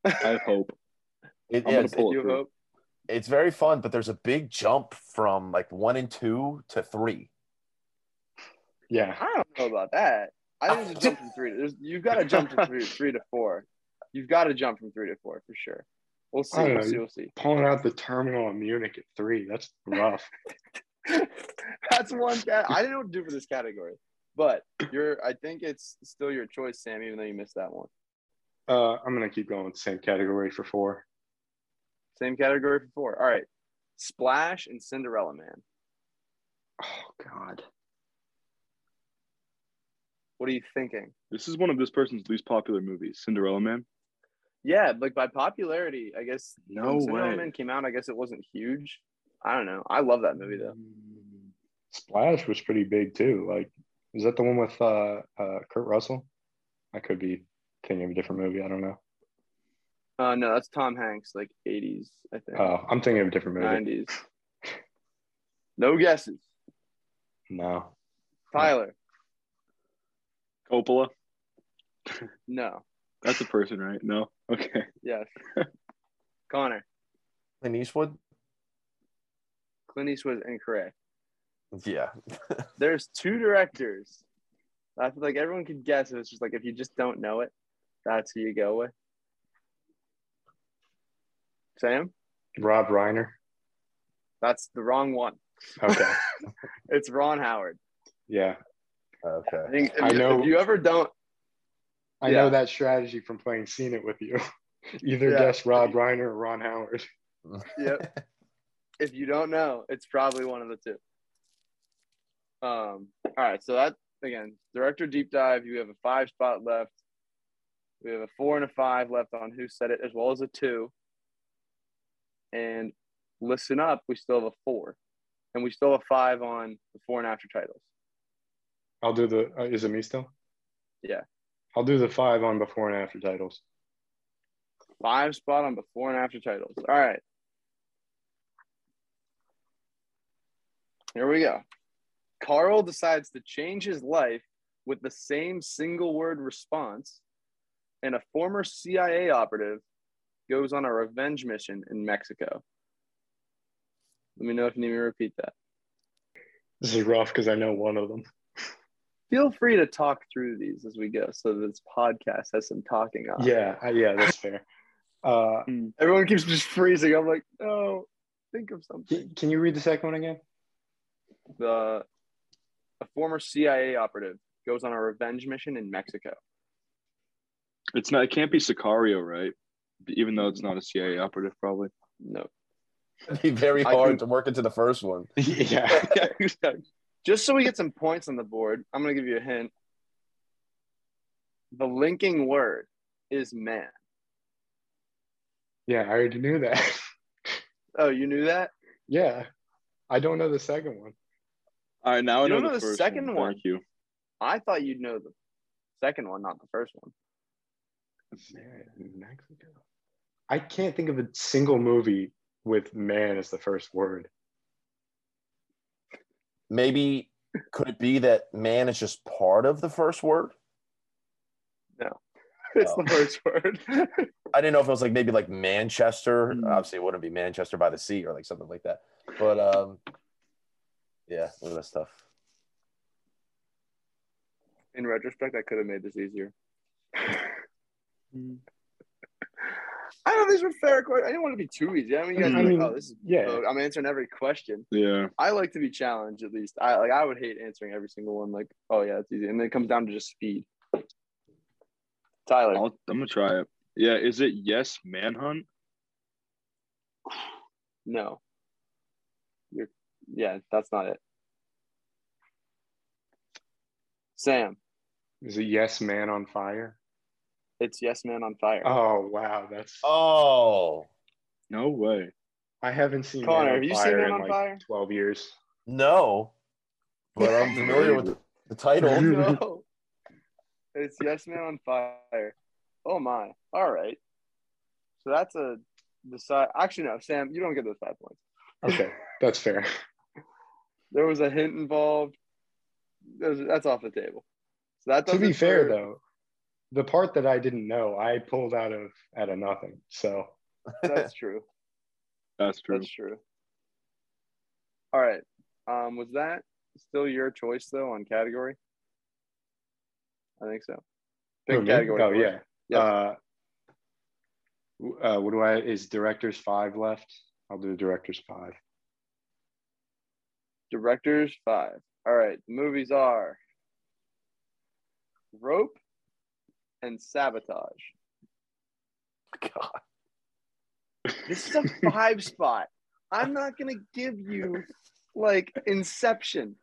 [SPEAKER 2] I have hope.
[SPEAKER 5] It,
[SPEAKER 2] I'm
[SPEAKER 5] yeah,
[SPEAKER 2] gonna
[SPEAKER 5] it's,
[SPEAKER 2] pull
[SPEAKER 3] Do
[SPEAKER 2] it.
[SPEAKER 3] you
[SPEAKER 2] through.
[SPEAKER 3] hope?
[SPEAKER 5] it's very fun, but there's a big jump from like one and two to three.
[SPEAKER 4] Yeah,
[SPEAKER 3] I don't know about that. I think it's a jump from three. To, there's, you've got to jump from three, three to four. You've got to jump from three to four for sure. We'll see.
[SPEAKER 4] I
[SPEAKER 3] We'll
[SPEAKER 4] don't
[SPEAKER 3] see.
[SPEAKER 4] know.
[SPEAKER 3] We'll see.
[SPEAKER 4] pulling out the terminal in Munich at three. That's rough.
[SPEAKER 3] That's one. Cat- I didn't know what to do for this category, but you're. I think it's still your choice, Sam. Even though you missed that one.
[SPEAKER 4] uh, I'm gonna keep going with the same category for four.
[SPEAKER 3] Same category for four. All right. Splash and Cinderella Man.
[SPEAKER 4] Oh God.
[SPEAKER 3] What are you thinking?
[SPEAKER 2] This is one of this person's least popular movies, Cinderella Man.
[SPEAKER 3] Yeah, like by popularity, I guess.
[SPEAKER 2] No
[SPEAKER 3] when Cinderella
[SPEAKER 2] way.
[SPEAKER 3] Man came out. I guess it wasn't huge. I don't know. I love that movie though.
[SPEAKER 4] Splash was pretty big too. Like, is that the one with uh, uh, Kurt Russell? I could be thinking of a different movie. I don't know.
[SPEAKER 3] Uh, no, that's Tom Hanks, like '80s, I think.
[SPEAKER 4] Oh, I'm thinking of a different movie.
[SPEAKER 3] Nineties. No guesses.
[SPEAKER 4] No.
[SPEAKER 3] Tyler.
[SPEAKER 2] Coppola.
[SPEAKER 3] No.
[SPEAKER 2] That's a person, right? No. Okay.
[SPEAKER 3] Yes. Connor.
[SPEAKER 5] Clint Eastwood?
[SPEAKER 3] Clint Eastwood is incorrect.
[SPEAKER 5] Yeah.
[SPEAKER 3] There's two directors. I feel like everyone could guess it. It's just like if you just don't know it, that's who you go with. Sam?
[SPEAKER 4] Rob Reiner.
[SPEAKER 3] That's the wrong one.
[SPEAKER 4] Okay.
[SPEAKER 3] It's Ron Howard.
[SPEAKER 4] yeah.
[SPEAKER 5] Okay.
[SPEAKER 3] I think if,
[SPEAKER 4] I
[SPEAKER 3] you-
[SPEAKER 4] know-
[SPEAKER 3] if you ever don't
[SPEAKER 4] I
[SPEAKER 3] Yeah.
[SPEAKER 4] know that strategy from playing Seen It with you. Either
[SPEAKER 3] Yeah.
[SPEAKER 4] guess Rob Reiner or Ron Howard.
[SPEAKER 3] yep. If you don't know, it's probably one of the two. Um. All right. So that again, director deep dive. You have a five spot left. We have a four and a five left on who said it, as well as a two. And listen up. We still have a four, and we still have a five on the four and after titles.
[SPEAKER 4] I'll do the. Uh, is it me still?
[SPEAKER 3] Yeah.
[SPEAKER 4] I'll do the five on before and after titles.
[SPEAKER 3] Five spot on before and after titles. All right. Here we go. Carl decides to change his life with the same single word response, and a former CIA operative goes on a revenge mission in Mexico. Let me know if you need me to repeat that.
[SPEAKER 4] This is rough because I know one of them.
[SPEAKER 3] Feel free to talk through these as we go so this podcast has some talking on. it.
[SPEAKER 4] Yeah. I, yeah. That's fair. Uh,
[SPEAKER 2] Hmm.
[SPEAKER 3] Everyone keeps just freezing. I'm like, no, think of something.
[SPEAKER 4] can, can you read the second one again?
[SPEAKER 3] the a former CIA operative goes on a revenge mission in Mexico.
[SPEAKER 2] It's not. It can't be Sicario, right? Even though it's not a CIA operative, probably.
[SPEAKER 3] No,
[SPEAKER 5] It'd be very
[SPEAKER 3] I
[SPEAKER 5] hard
[SPEAKER 3] think-
[SPEAKER 5] to work into the first one.
[SPEAKER 4] yeah.
[SPEAKER 2] yeah, exactly.
[SPEAKER 3] just so we get some points on the board, I'm gonna give you a hint. The linking word is man.
[SPEAKER 4] Yeah. I already knew that.
[SPEAKER 3] Oh, you knew that?
[SPEAKER 4] yeah. I don't know the second one.
[SPEAKER 2] All right, now I
[SPEAKER 3] You
[SPEAKER 2] know,
[SPEAKER 3] don't know
[SPEAKER 2] the
[SPEAKER 3] the
[SPEAKER 2] first
[SPEAKER 3] second one.
[SPEAKER 2] Thank you.
[SPEAKER 3] I thought you'd know the second one, not the first one.
[SPEAKER 4] Man, Mexico. I can't think of a single movie with man as the first word.
[SPEAKER 5] Maybe could it be that man is just part of the first word?
[SPEAKER 3] It's
[SPEAKER 5] Oh.
[SPEAKER 3] the first word.
[SPEAKER 5] I didn't know if it was like maybe like Manchester.
[SPEAKER 2] Hmm.
[SPEAKER 5] Obviously, it wouldn't be Manchester by the Sea or like something like that. But um, yeah, look at that stuff.
[SPEAKER 3] in
[SPEAKER 4] Hmm.
[SPEAKER 3] retrospect, I could have made this easier. I don't know these were fair questions. I didn't want to be too easy. I mean, you guys
[SPEAKER 4] I
[SPEAKER 3] are like,
[SPEAKER 4] mean,
[SPEAKER 3] oh, this is
[SPEAKER 4] Yeah.
[SPEAKER 3] vogue. I'm answering every question.
[SPEAKER 2] Yeah.
[SPEAKER 3] I like to be challenged at least. I like I would hate answering every single one. Like, oh yeah, it's easy. And then it comes down to just speed. Tyler,
[SPEAKER 2] I'll, I'm gonna try it. Yeah, is it yes manhunt?
[SPEAKER 3] no. You're yeah, that's not it. Sam,
[SPEAKER 4] Is it Yes Man on Fire?
[SPEAKER 3] it's yes man on fire.
[SPEAKER 4] Oh wow, that's
[SPEAKER 5] Oh
[SPEAKER 2] No way.
[SPEAKER 4] I haven't seen
[SPEAKER 3] Connor,
[SPEAKER 4] Man
[SPEAKER 3] have
[SPEAKER 4] on
[SPEAKER 3] you seen
[SPEAKER 4] Fire
[SPEAKER 3] Man
[SPEAKER 4] in
[SPEAKER 3] on
[SPEAKER 4] like
[SPEAKER 3] Fire?
[SPEAKER 4] twelve years.
[SPEAKER 5] no, but I'm familiar with the, the title.
[SPEAKER 3] no. It's Yes Man on Fire. Oh my. All right. So that's a decide. Actually, no, Sam, you don't get those five points.
[SPEAKER 4] Okay, that's fair.
[SPEAKER 3] There was a hint involved. Those- That's off the table. So that
[SPEAKER 4] to be
[SPEAKER 3] doesn't
[SPEAKER 4] fair
[SPEAKER 3] hurt.
[SPEAKER 4] though, the part that I didn't know, I pulled out of out of nothing. So
[SPEAKER 3] That's true.
[SPEAKER 2] That's true.
[SPEAKER 3] That's true. All right. Um, was that still your choice though on category? I think so. Pick
[SPEAKER 4] Who,
[SPEAKER 3] a
[SPEAKER 4] me?
[SPEAKER 3] category.
[SPEAKER 4] Oh
[SPEAKER 3] for
[SPEAKER 4] yeah.
[SPEAKER 3] us. Yep.
[SPEAKER 4] Uh, w- uh, what do I? Is directors five left? I'll do directors five.
[SPEAKER 3] Directors five. All right. The movies are Rope and Sabotage.
[SPEAKER 5] God.
[SPEAKER 3] This is a five spot. I'm not gonna give you like Inception.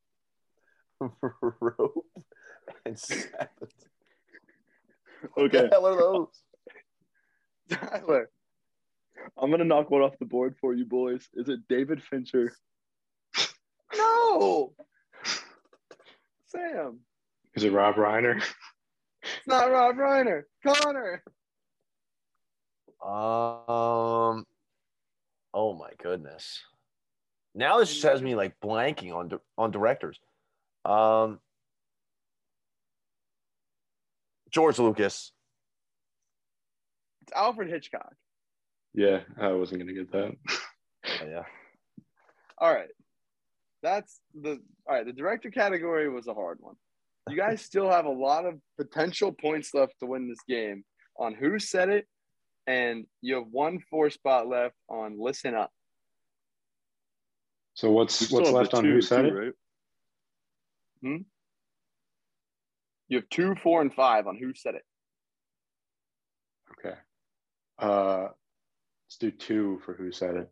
[SPEAKER 5] rope and sabotage.
[SPEAKER 2] Okay.
[SPEAKER 5] The hell are those?
[SPEAKER 3] Tyler,
[SPEAKER 2] I'm gonna knock one off the board for you boys. Is it David Fincher?
[SPEAKER 3] no. Sam,
[SPEAKER 4] Is it Rob Reiner?
[SPEAKER 3] it's not Rob Reiner. Connor,
[SPEAKER 5] Um. Oh my goodness. Now this just has me like blanking on di- on directors. Um. George Lucas.
[SPEAKER 3] it's Alfred Hitchcock.
[SPEAKER 4] Yeah, I wasn't gonna get that.
[SPEAKER 5] Oh, yeah.
[SPEAKER 3] All right. That's the all right. The director category was a hard one. You guys still have a lot of potential points left to win this game on who said it, and you have one four spot left on listen up.
[SPEAKER 4] So what's what's left on who said it?
[SPEAKER 2] Right?
[SPEAKER 3] You have two, four, and five on who said it.
[SPEAKER 4] Okay. Uh, let's do two for who said it.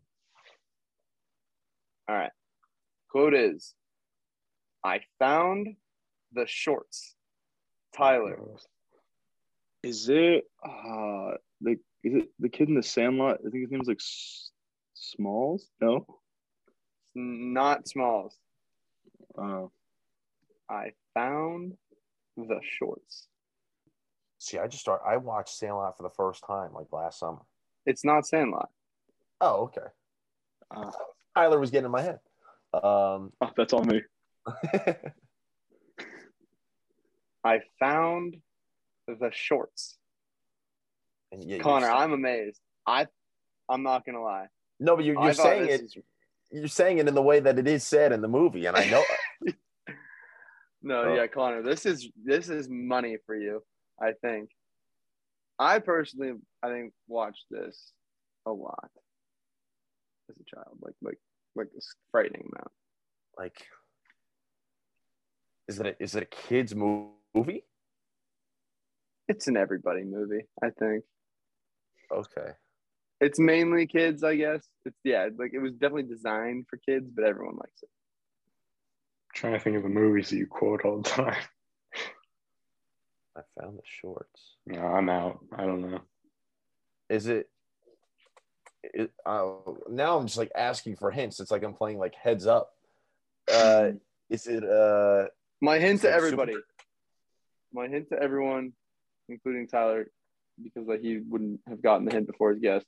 [SPEAKER 3] Quote is I found the shorts. Tyler,
[SPEAKER 4] Uh,
[SPEAKER 2] Is it uh the is it the kid in the Sandlot? I think his name is like S- Smalls. No.
[SPEAKER 3] not smalls.
[SPEAKER 2] Uh,
[SPEAKER 3] I found the shorts.
[SPEAKER 5] See, I just start. I watched Sandlot for the first time like last summer.
[SPEAKER 3] It's not Sandlot.
[SPEAKER 5] Oh, okay.
[SPEAKER 3] Uh.
[SPEAKER 2] Ah.
[SPEAKER 5] Tyler was getting in my head. Um.
[SPEAKER 2] oh, that's on me.
[SPEAKER 3] I found the shorts.
[SPEAKER 5] and yeah, you're
[SPEAKER 3] Connor,
[SPEAKER 5] saying-
[SPEAKER 3] I'm amazed. I, I'm not gonna lie.
[SPEAKER 5] no, but you're,
[SPEAKER 3] I
[SPEAKER 5] you're
[SPEAKER 3] thought
[SPEAKER 5] saying
[SPEAKER 3] this
[SPEAKER 5] it.
[SPEAKER 3] is-
[SPEAKER 5] You're saying it in the way that it is said in the movie, and I know.
[SPEAKER 3] no,
[SPEAKER 5] Oh.
[SPEAKER 3] yeah, Connor, this is this is money for you. I think. I personally, I think, watched this a lot as a child, like like like this frightening amount.
[SPEAKER 5] like is it a, is it a kids mo- movie
[SPEAKER 3] It's an everybody movie, I think.
[SPEAKER 5] okay
[SPEAKER 3] It's mainly kids, I guess. It's yeah, like it was definitely designed for kids, but everyone likes it.
[SPEAKER 4] trying to think of the movies that you quote all the time.
[SPEAKER 5] i found the shorts
[SPEAKER 4] No, I'm out. I don't know.
[SPEAKER 5] is it, it uh, now i'm just like asking for hints it's like i'm playing like heads up uh is it uh
[SPEAKER 3] My hint to
[SPEAKER 5] Like super-
[SPEAKER 3] everybody. My hint to everyone, including Tyler, because like, he wouldn't have gotten the hint before his guess.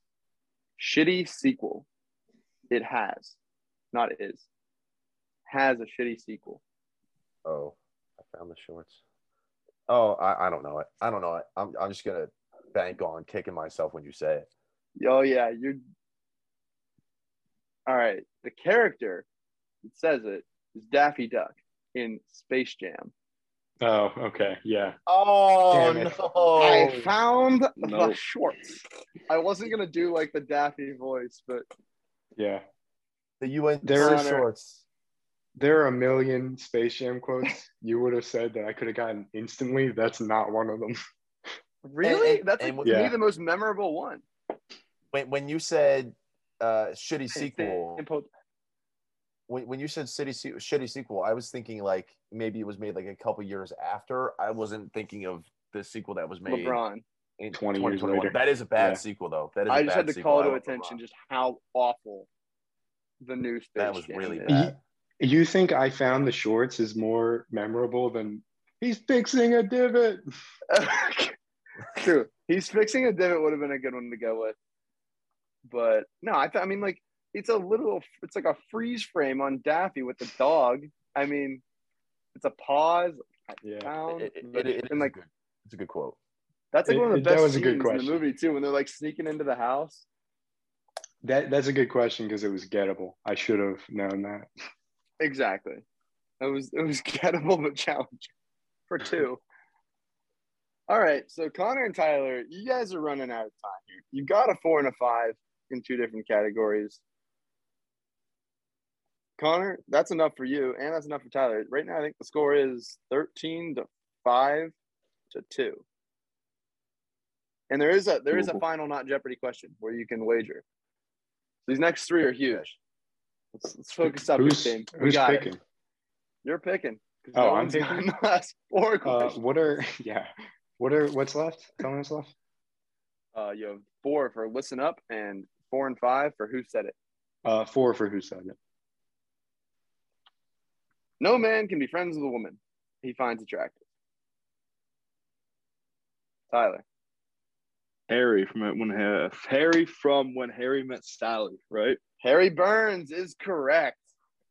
[SPEAKER 3] Shitty sequel. It has, not is, has a shitty sequel.
[SPEAKER 5] oh i found the shorts oh i, I don't know it i don't know it I'm, I'm just gonna bank on kicking myself when you say it
[SPEAKER 3] Oh yeah, you're. All right, the character that says it is Daffy Duck in Space Jam.
[SPEAKER 4] Oh, okay. Yeah.
[SPEAKER 5] Oh
[SPEAKER 4] Damn it.
[SPEAKER 5] no!
[SPEAKER 3] I found
[SPEAKER 2] No.
[SPEAKER 3] the shorts. I wasn't gonna do like the Daffy voice, but
[SPEAKER 4] Yeah.
[SPEAKER 5] the UN
[SPEAKER 4] There
[SPEAKER 3] are-
[SPEAKER 5] shorts.
[SPEAKER 4] There are a million Space Jam quotes you would have said that I could have gotten instantly. That's not one of them.
[SPEAKER 3] really,
[SPEAKER 5] and-
[SPEAKER 3] that's
[SPEAKER 5] and
[SPEAKER 3] like,
[SPEAKER 4] with-
[SPEAKER 3] to
[SPEAKER 4] Yeah.
[SPEAKER 3] me the most memorable one.
[SPEAKER 5] When when you said uh, shitty
[SPEAKER 3] Hey,
[SPEAKER 5] sequel,
[SPEAKER 3] and po-
[SPEAKER 5] when, when you said city se- shitty sequel, I was thinking like maybe it was made like a couple years after. I wasn't thinking of the sequel that was made
[SPEAKER 3] LeBron.
[SPEAKER 5] in
[SPEAKER 4] 20 years
[SPEAKER 5] 2021.
[SPEAKER 4] later.
[SPEAKER 5] That is a bad
[SPEAKER 4] Yeah.
[SPEAKER 5] sequel though. That is.
[SPEAKER 3] I
[SPEAKER 5] a
[SPEAKER 3] just
[SPEAKER 5] bad
[SPEAKER 3] had to
[SPEAKER 5] sequel.
[SPEAKER 3] call
[SPEAKER 5] I
[SPEAKER 3] to
[SPEAKER 5] love
[SPEAKER 3] attention
[SPEAKER 5] LeBron.
[SPEAKER 3] just how awful the new Space
[SPEAKER 5] That was
[SPEAKER 3] Jam
[SPEAKER 5] really
[SPEAKER 3] is.
[SPEAKER 5] bad.
[SPEAKER 4] You think I found the shorts is more memorable than he's fixing a divot?
[SPEAKER 3] True. He's fixing a divot would have been a good one to go with. But no, I, th- I mean, like, it's a little, it's like a freeze frame on Daffy with the dog. I mean, it's a pause.
[SPEAKER 4] Yeah.
[SPEAKER 3] Sound,
[SPEAKER 5] It- it-
[SPEAKER 3] but-
[SPEAKER 5] it- it is
[SPEAKER 3] and like,
[SPEAKER 5] a good- it's a good quote.
[SPEAKER 3] that's like
[SPEAKER 4] it-
[SPEAKER 3] one of the
[SPEAKER 4] it- that
[SPEAKER 3] best
[SPEAKER 4] was a good
[SPEAKER 3] scenes in
[SPEAKER 4] question.
[SPEAKER 3] the movie, too, when they're like sneaking into the house.
[SPEAKER 4] That that's a good question because it was gettable. I should have known that.
[SPEAKER 3] Exactly. It was, it was gettable, but challenging for two. All right. So, Connor and Tyler, you guys are running out of time here. You've got a four and a five in two different categories. Connor, that's enough for you, and that's enough for Tyler. Right now, I think the score is 13 to 5 to 2. And there is a there is a
[SPEAKER 5] Doable.
[SPEAKER 3] final not Jeopardy question where you can wager. These next three are huge. Let's, let's focus up this
[SPEAKER 4] who's
[SPEAKER 3] game. We
[SPEAKER 4] who's
[SPEAKER 3] got it.
[SPEAKER 4] picking?
[SPEAKER 3] You're picking. 'cause
[SPEAKER 4] Oh, I'm
[SPEAKER 3] one's
[SPEAKER 4] picking?
[SPEAKER 3] gotten the last four
[SPEAKER 4] Uh,
[SPEAKER 3] questions.
[SPEAKER 4] what are yeah? What are what's left? Tell me what's left.
[SPEAKER 3] Uh, you have four for listen up and four and five for who said it.
[SPEAKER 4] Uh, four for who said it.
[SPEAKER 3] No man can be friends with a woman he finds attractive. Tyler.
[SPEAKER 2] Harry from when Ha- Harry from when Harry met Sally, right?
[SPEAKER 3] Harry Burns is correct.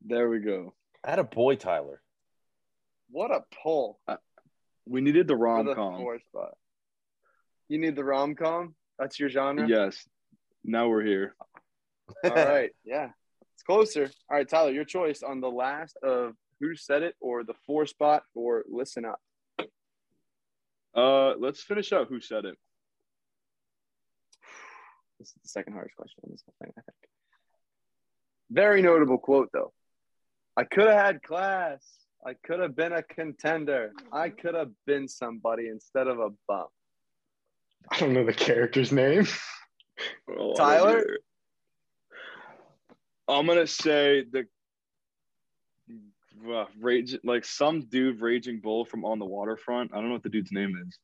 [SPEAKER 2] There we go.
[SPEAKER 5] I had a boy, Tyler.
[SPEAKER 3] What a pull
[SPEAKER 2] We needed the
[SPEAKER 3] for
[SPEAKER 2] rom
[SPEAKER 3] the
[SPEAKER 2] com.
[SPEAKER 3] four spot. You need the rom com? That's your genre?
[SPEAKER 2] Yes. Now we're here.
[SPEAKER 3] All right. Yeah. It's closer. All right, Tyler, your choice on the last of who said it or the four spot or listen up.
[SPEAKER 2] Uh, let's finish out who said it.
[SPEAKER 3] This is the second hardest question on this whole thing, I think. Very notable quote, though. I could have had class. I could have been a contender. I could have been somebody instead of a bum.
[SPEAKER 4] I don't know the character's name.
[SPEAKER 2] Oh, I don't
[SPEAKER 3] Tyler?
[SPEAKER 2] either. I'm gonna say the uh, rage like some dude raging bull from on the waterfront. I don't know what the dude's name is.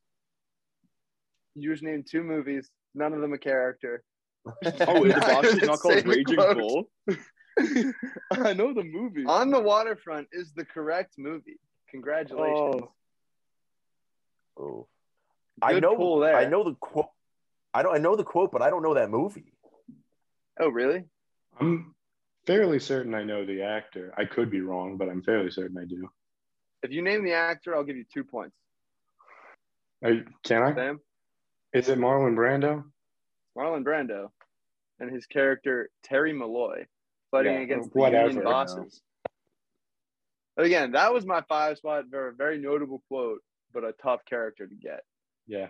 [SPEAKER 3] You just named two movies, none of them a character.
[SPEAKER 2] Oh, is the
[SPEAKER 3] Not
[SPEAKER 2] box is
[SPEAKER 3] the
[SPEAKER 2] not called
[SPEAKER 3] same
[SPEAKER 2] Raging
[SPEAKER 3] quote.
[SPEAKER 2] Bull. I know the movie.
[SPEAKER 3] On the Waterfront is the correct movie. Congratulations.
[SPEAKER 2] Oh.
[SPEAKER 5] Oh. I
[SPEAKER 3] Good
[SPEAKER 5] know.
[SPEAKER 3] pull there.
[SPEAKER 5] I know the quote. I don't. I know the quote, but I don't know that movie.
[SPEAKER 3] Oh, really?
[SPEAKER 4] I'm fairly certain I know the actor. I could be wrong, but I'm fairly certain I do.
[SPEAKER 3] If you name the actor, I'll give you two points.
[SPEAKER 4] Are you- can I?
[SPEAKER 3] Sam,
[SPEAKER 4] Is it Marlon Brando?
[SPEAKER 3] Marlon Brando, and his character Terry Malloy, fighting
[SPEAKER 4] Yeah,
[SPEAKER 3] against the
[SPEAKER 4] whatever,
[SPEAKER 3] union
[SPEAKER 4] no.
[SPEAKER 3] bosses. But again, that was my five spot. Very, very notable quote, but a tough character to get.
[SPEAKER 4] Yeah,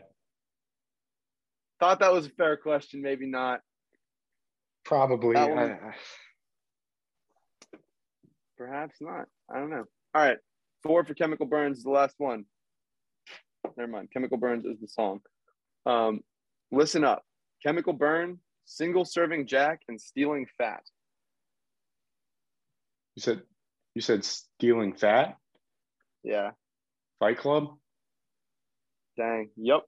[SPEAKER 3] Thought that was a fair question, maybe not.
[SPEAKER 4] probably. uh,
[SPEAKER 3] That one-
[SPEAKER 4] I- I-
[SPEAKER 3] Perhaps not. I don't know. All right. Four for Chemical Burns is the last one. Never mind. Chemical Burns is the song. Um, listen up. Chemical Burn, single serving Jack, and stealing fat.
[SPEAKER 4] you said you said stealing fat.
[SPEAKER 3] Yeah.
[SPEAKER 4] Fight Club.
[SPEAKER 3] Dang. Yep.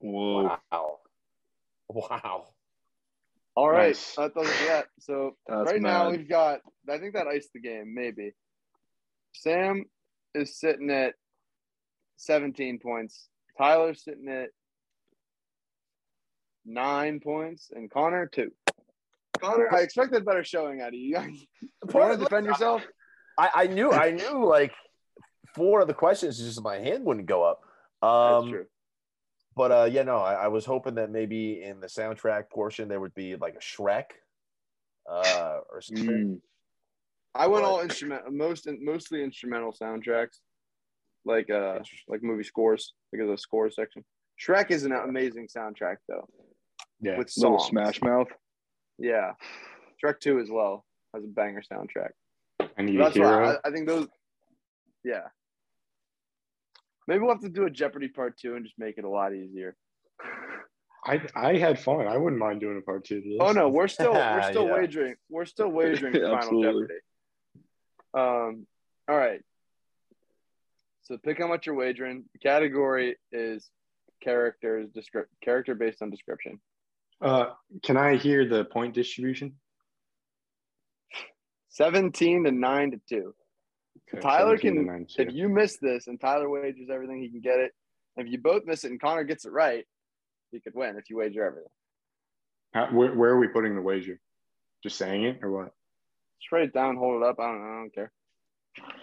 [SPEAKER 2] Whoa.
[SPEAKER 5] Wow. Wow.
[SPEAKER 3] All right.
[SPEAKER 4] Nice.
[SPEAKER 3] That does it. Yeah. So
[SPEAKER 2] That's
[SPEAKER 3] right now
[SPEAKER 2] mad.
[SPEAKER 3] we've got. I think that iced the game. Maybe. Sam is sitting at seventeen points. Tyler's sitting at nine points, and Connor two. Connor, I expected better showing out of you. you want to defend yourself?
[SPEAKER 5] I, I knew. I knew. Like four of the questions, just my hand wouldn't go up.
[SPEAKER 3] That's
[SPEAKER 5] Um,
[SPEAKER 3] true.
[SPEAKER 5] But uh, yeah, no, I, I was hoping that maybe in the soundtrack portion there would be like a Shrek, uh, or something.
[SPEAKER 2] Mm.
[SPEAKER 3] I went
[SPEAKER 5] but-
[SPEAKER 3] all instrument, most mostly instrumental soundtracks. like uh
[SPEAKER 5] Interesting.
[SPEAKER 3] like movie scores, like there's a score section. Shrek is an amazing soundtrack though,
[SPEAKER 4] Yeah.
[SPEAKER 3] with
[SPEAKER 2] Little
[SPEAKER 3] songs.
[SPEAKER 2] Smash Mouth.
[SPEAKER 3] Yeah, Shrek Two as well has a banger soundtrack.
[SPEAKER 4] I need a
[SPEAKER 3] That's
[SPEAKER 4] hero.
[SPEAKER 3] why I, I think those. Yeah. Maybe we'll have to do a Jeopardy part two and just make it a lot easier.
[SPEAKER 4] I I had fun. I wouldn't mind doing a part two. To this.
[SPEAKER 3] Oh no, we're still we're
[SPEAKER 5] Yeah,
[SPEAKER 3] still
[SPEAKER 5] yeah.
[SPEAKER 3] wagering. We're still wagering
[SPEAKER 2] Yeah,
[SPEAKER 3] Final
[SPEAKER 2] absolutely.
[SPEAKER 3] Jeopardy. Um, all right. So pick how much you're wagering. The category is characters descript character based on description.
[SPEAKER 4] Uh, can I hear the point distribution?
[SPEAKER 3] Seventeen to nine to two.
[SPEAKER 4] Okay,
[SPEAKER 3] Tyler
[SPEAKER 4] 17 to
[SPEAKER 3] can-
[SPEAKER 4] 9,
[SPEAKER 3] If you miss this and Tyler wagers everything, he can get it. If you both miss it and Connor gets it right, he could win if you wager everything.
[SPEAKER 4] How, where, where are we putting the wager? Just saying it or what?
[SPEAKER 3] Just write it down, hold it up. I don't, I don't care.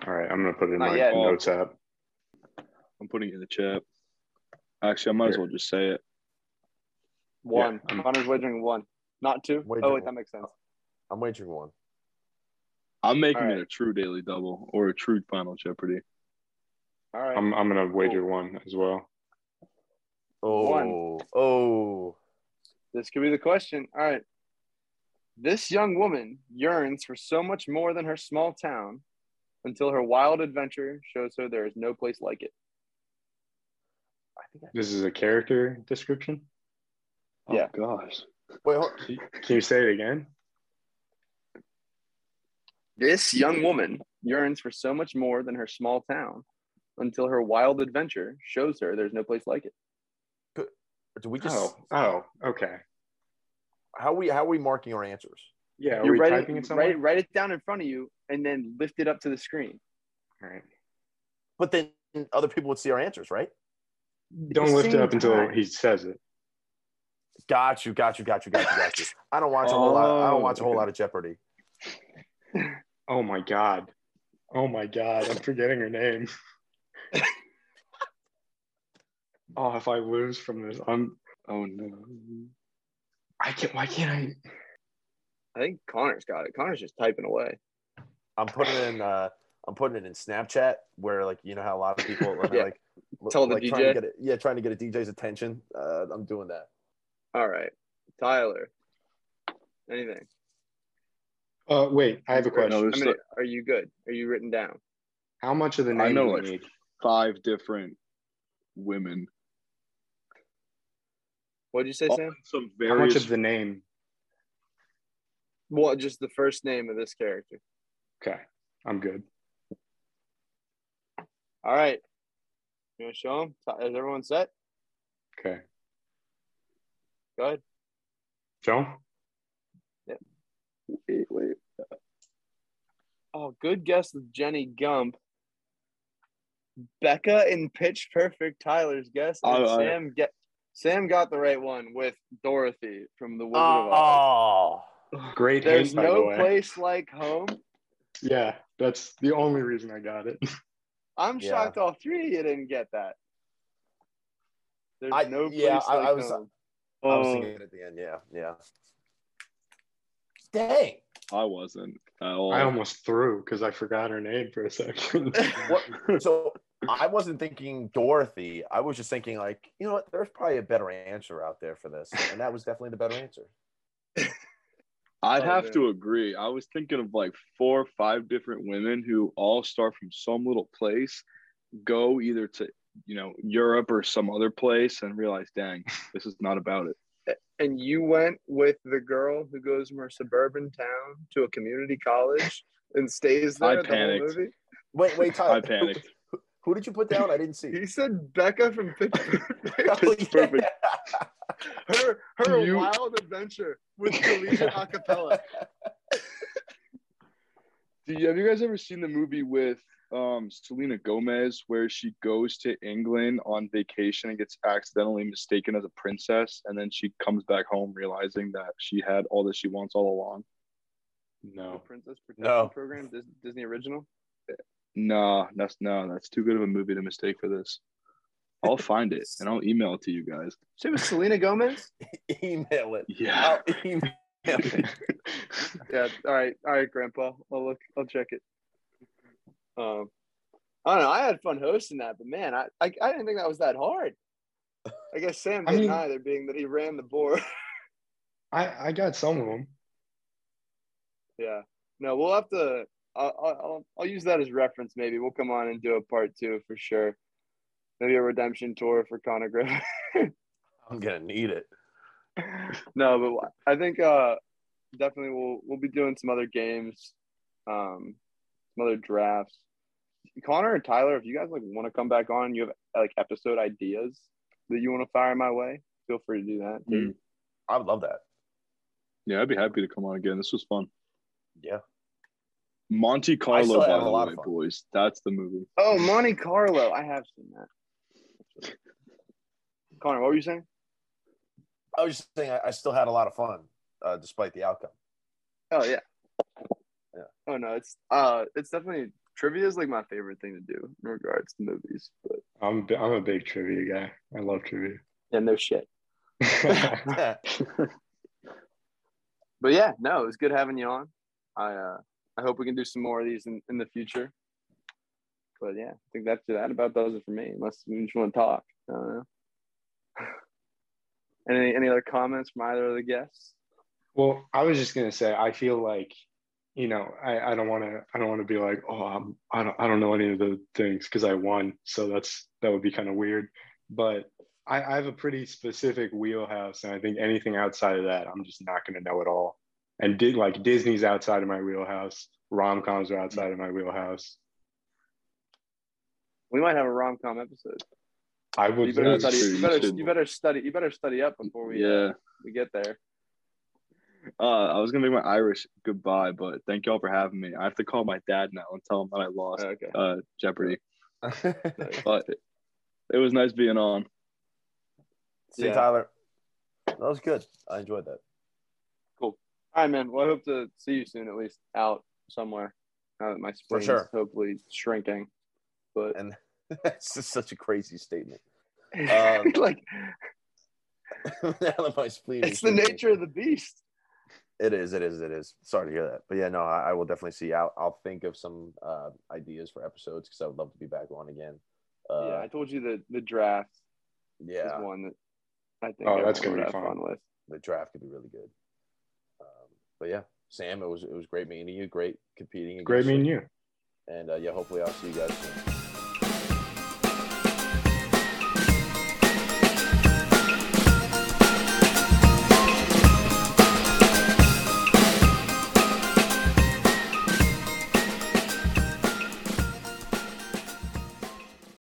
[SPEAKER 4] All right, I'm gonna put it in
[SPEAKER 3] Not
[SPEAKER 4] my
[SPEAKER 3] yet.
[SPEAKER 4] notes app.
[SPEAKER 2] I'm putting it in the chat. Actually, I might as well just say it.
[SPEAKER 3] One.
[SPEAKER 4] I'm-
[SPEAKER 3] Connor's wagering one, not two. Oh
[SPEAKER 5] Wagering
[SPEAKER 3] wait, that
[SPEAKER 5] one.
[SPEAKER 3] makes sense.
[SPEAKER 5] I'm wagering one.
[SPEAKER 2] I'm making
[SPEAKER 3] All right.
[SPEAKER 2] it a true daily double or a true Final Jeopardy.
[SPEAKER 3] All right.
[SPEAKER 4] I'm I'm gonna wager one as well.
[SPEAKER 5] Oh,
[SPEAKER 3] One.
[SPEAKER 5] oh,
[SPEAKER 3] This could be the question. All right. This young woman yearns for so much more than her small town until her wild adventure shows her there is no place like it.
[SPEAKER 5] I think. I,
[SPEAKER 4] This is a character description.
[SPEAKER 2] Oh,
[SPEAKER 3] Yeah.
[SPEAKER 2] gosh.
[SPEAKER 5] wait, hold,
[SPEAKER 4] Can can you say it again?
[SPEAKER 3] This young woman yearns for so much more than her small town until her wild adventure shows her there's no place like it.
[SPEAKER 5] do we just
[SPEAKER 4] oh, oh, okay.
[SPEAKER 5] how we how are we marking our answers?
[SPEAKER 4] Yeah, are
[SPEAKER 3] You
[SPEAKER 4] we
[SPEAKER 3] write
[SPEAKER 4] typing it
[SPEAKER 3] it,
[SPEAKER 4] somewhere?
[SPEAKER 3] write, write it down in front of you and then lift it up to the screen.
[SPEAKER 4] All right.
[SPEAKER 5] But then other people would see our answers, right?
[SPEAKER 4] Don't lift it
[SPEAKER 5] same
[SPEAKER 4] up until
[SPEAKER 5] time.
[SPEAKER 4] he says it.
[SPEAKER 5] Got you, got you, got you, got you, got you. I don't watch a whole lot. I
[SPEAKER 2] Oh.
[SPEAKER 5] don't watch a whole lot of Jeopardy.
[SPEAKER 4] Oh my god. Oh my god, I'm forgetting her name. oh, if I lose from this, I'm
[SPEAKER 2] Oh, no.
[SPEAKER 4] I can't why can't I
[SPEAKER 3] I think Connor's got it. Connor's just typing away.
[SPEAKER 5] I'm putting it in. Uh, I'm putting it in Snapchat, where like you know how a lot of people are,
[SPEAKER 3] Yeah.
[SPEAKER 5] like look-
[SPEAKER 3] Tell the
[SPEAKER 5] like, Trying to
[SPEAKER 3] DJ.
[SPEAKER 5] get it, yeah, trying to get a DJ's attention. Uh, I'm doing that.
[SPEAKER 3] All right. Tyler. Anything.
[SPEAKER 4] Uh, wait, I have a
[SPEAKER 2] Right, no,
[SPEAKER 4] question.
[SPEAKER 2] there's
[SPEAKER 3] I mean,
[SPEAKER 2] like
[SPEAKER 3] are you good? Are you written down?
[SPEAKER 4] How much of the
[SPEAKER 2] I
[SPEAKER 4] name
[SPEAKER 2] know
[SPEAKER 4] do we
[SPEAKER 2] it.
[SPEAKER 4] need?
[SPEAKER 2] five different women.
[SPEAKER 3] What did you say,
[SPEAKER 4] Oh.
[SPEAKER 2] All
[SPEAKER 3] Sam?
[SPEAKER 2] in some
[SPEAKER 4] How much
[SPEAKER 2] various
[SPEAKER 4] of the name?
[SPEAKER 3] Well, just the first name of this character.
[SPEAKER 4] Okay, I'm good.
[SPEAKER 3] All right. You want to show him? Is everyone set?
[SPEAKER 4] Okay,
[SPEAKER 3] Go ahead.
[SPEAKER 4] Joe.
[SPEAKER 2] Wait, wait.
[SPEAKER 3] Oh, good guess with Jenny Gump. Becca in Pitch Perfect. Tyler's guess. And
[SPEAKER 2] Oh, oh, yeah.
[SPEAKER 3] Sam get. Sam got the right one with Dorothy from The Wizard of Oz.
[SPEAKER 5] Oh,
[SPEAKER 4] Great
[SPEAKER 3] There's
[SPEAKER 4] hint, by the
[SPEAKER 3] no
[SPEAKER 4] way.
[SPEAKER 3] place like home.
[SPEAKER 4] Yeah, that's the only reason I got it.
[SPEAKER 3] I'm
[SPEAKER 5] Yeah.
[SPEAKER 3] shocked all three of you didn't get that. There's
[SPEAKER 5] I-
[SPEAKER 3] no place
[SPEAKER 5] yeah, I-
[SPEAKER 3] like
[SPEAKER 5] I was-
[SPEAKER 3] home.
[SPEAKER 5] I was
[SPEAKER 2] Oh,
[SPEAKER 5] thinking it at the end. Yeah, yeah. Dang.
[SPEAKER 2] I wasn't at all.
[SPEAKER 4] I almost threw because I forgot her name for a second.
[SPEAKER 5] What? So I wasn't thinking Dorothy. I was just thinking like, you know what? There's probably a better answer out there for this, and that was definitely the better answer.
[SPEAKER 2] I'd
[SPEAKER 3] Oh,
[SPEAKER 2] have
[SPEAKER 3] man.
[SPEAKER 2] to agree. I was thinking of like four or five different women who all start from some little place, go either to, you know, Europe or some other place and realize, dang, this is not about it.
[SPEAKER 3] and you went with the girl who goes from her suburban town to a community college and stays
[SPEAKER 2] I
[SPEAKER 3] there the whole
[SPEAKER 2] panicked.
[SPEAKER 3] movie.
[SPEAKER 5] Wait, wait, Tyler.
[SPEAKER 2] I panicked.
[SPEAKER 5] Who did you put down? I didn't see.
[SPEAKER 3] He said Becca from Pitch Perfect.
[SPEAKER 5] Oh, yeah.
[SPEAKER 2] Perfect.
[SPEAKER 3] her her
[SPEAKER 2] You-
[SPEAKER 3] wild adventure with Collegiate Acapella.
[SPEAKER 2] Do you, have you guys ever seen the movie with um, Selena Gomez where she goes to England on vacation and gets accidentally mistaken as a princess? And then she comes back home realizing that she had all that she wants all along?
[SPEAKER 3] The
[SPEAKER 4] no.
[SPEAKER 3] Princess Protection
[SPEAKER 5] No.
[SPEAKER 3] Program, Dis- Disney original.
[SPEAKER 2] Nah, that's no, that's too good of a movie to mistake for this. I'll find it and I'll email it to you guys.
[SPEAKER 3] She was Selena Gomez.
[SPEAKER 5] Email it.
[SPEAKER 2] Yeah.
[SPEAKER 5] I'll email it.
[SPEAKER 3] Yeah. All right. All right, Grandpa. I'll look. I'll check it. Um. I don't know. I had fun hosting that, but man, I I, I didn't think that was that hard. I guess Sam
[SPEAKER 4] I
[SPEAKER 3] didn't
[SPEAKER 4] mean-
[SPEAKER 3] either, being that he ran the board.
[SPEAKER 4] I, I got some of them.
[SPEAKER 3] yeah. No, we'll have to. I'll, I'll I'll- I'll use that as reference. Maybe we'll come on and do a part two for sure. Maybe a redemption tour for Conor Griffin.
[SPEAKER 5] I'm gonna need it.
[SPEAKER 3] no, but I think uh, definitely we'll we'll be doing some other games, um, some other drafts. Connor and Tyler, if you guys like want to come back on, you have like episode ideas that you want to fire my way. Feel free to do that. too.
[SPEAKER 5] I would love that.
[SPEAKER 2] Yeah, I'd be happy to come on again. This was fun.
[SPEAKER 5] Yeah.
[SPEAKER 2] Monte
[SPEAKER 5] I still
[SPEAKER 2] Carlo, by
[SPEAKER 5] have a
[SPEAKER 2] the
[SPEAKER 5] lot
[SPEAKER 2] way,
[SPEAKER 5] of fun.
[SPEAKER 2] boys. That's the movie.
[SPEAKER 3] Oh, Monte Carlo, I have seen that. Connor, what were you saying?
[SPEAKER 5] I was just saying, I, I still had a lot of fun uh, despite the outcome.
[SPEAKER 3] Oh yeah.
[SPEAKER 5] Yeah.
[SPEAKER 3] Oh no, it's uh, it's definitely trivia is like my favorite thing to do in regards to movies, but
[SPEAKER 4] I'm bi- I'm a big trivia guy. I love trivia.
[SPEAKER 3] yeah, no shit.
[SPEAKER 5] yeah,
[SPEAKER 3] but yeah, no, it was good having you on. I uh, I hope we can do some more of these in, in the future. But yeah, I think that's that about does it for me. Unless you just want to talk. I don't know. any any other comments from either of the guests?
[SPEAKER 4] well, I was just gonna say, I feel like, you know, I, I don't want to I don't want to be like, oh, I'm, I don't I don't know any of the things because I won, so that's that would be kind of weird. But I, I have a pretty specific wheelhouse, and I think anything outside of that, I'm just not gonna know at all. And did like Disney's outside of my wheelhouse, rom coms are outside of my wheelhouse.
[SPEAKER 3] We might have a rom com episode.
[SPEAKER 4] I would
[SPEAKER 3] You better
[SPEAKER 2] that's
[SPEAKER 3] study.
[SPEAKER 2] true.
[SPEAKER 3] You better
[SPEAKER 2] You should.
[SPEAKER 3] you better study. You better study up before
[SPEAKER 5] Oh,
[SPEAKER 3] we uh,
[SPEAKER 2] Yeah.
[SPEAKER 3] we get there.
[SPEAKER 2] Uh, I was gonna make my Irish goodbye, but thank y'all for having me. I have to call my dad now and tell him that I lost
[SPEAKER 3] Okay.
[SPEAKER 2] uh, Jeopardy.
[SPEAKER 5] See,
[SPEAKER 2] But it was nice being on.
[SPEAKER 3] Yeah.
[SPEAKER 5] Tyler, that was good. I enjoyed that.
[SPEAKER 3] All right, man. Well, I hope to see you soon, at least out somewhere. Now that my spring's
[SPEAKER 5] sure.
[SPEAKER 3] hopefully shrinking, but
[SPEAKER 5] And that's just such a crazy statement. Um,
[SPEAKER 3] like
[SPEAKER 5] now that my spleen
[SPEAKER 3] it's
[SPEAKER 5] is
[SPEAKER 3] the
[SPEAKER 5] shrinking.
[SPEAKER 3] nature of the beast.
[SPEAKER 5] It is. It is. It is. Sorry to hear that. But yeah, no, I, I will definitely see. I'll, I'll think of some uh, ideas for episodes because I would love to be back on again.
[SPEAKER 3] yeah,
[SPEAKER 5] Uh,
[SPEAKER 3] I told you that the draft
[SPEAKER 5] yeah,
[SPEAKER 3] is one that I think.
[SPEAKER 4] Oh, that's
[SPEAKER 3] everyone would
[SPEAKER 4] gonna be
[SPEAKER 3] have
[SPEAKER 4] fun.
[SPEAKER 3] with.
[SPEAKER 5] the draft could be really good. Um, but yeah, Sam, it was it was great meeting you. Great competing.
[SPEAKER 4] great
[SPEAKER 5] against
[SPEAKER 4] meeting
[SPEAKER 5] you.
[SPEAKER 4] you.
[SPEAKER 5] And uh, yeah, hopefully I'll see you guys soon.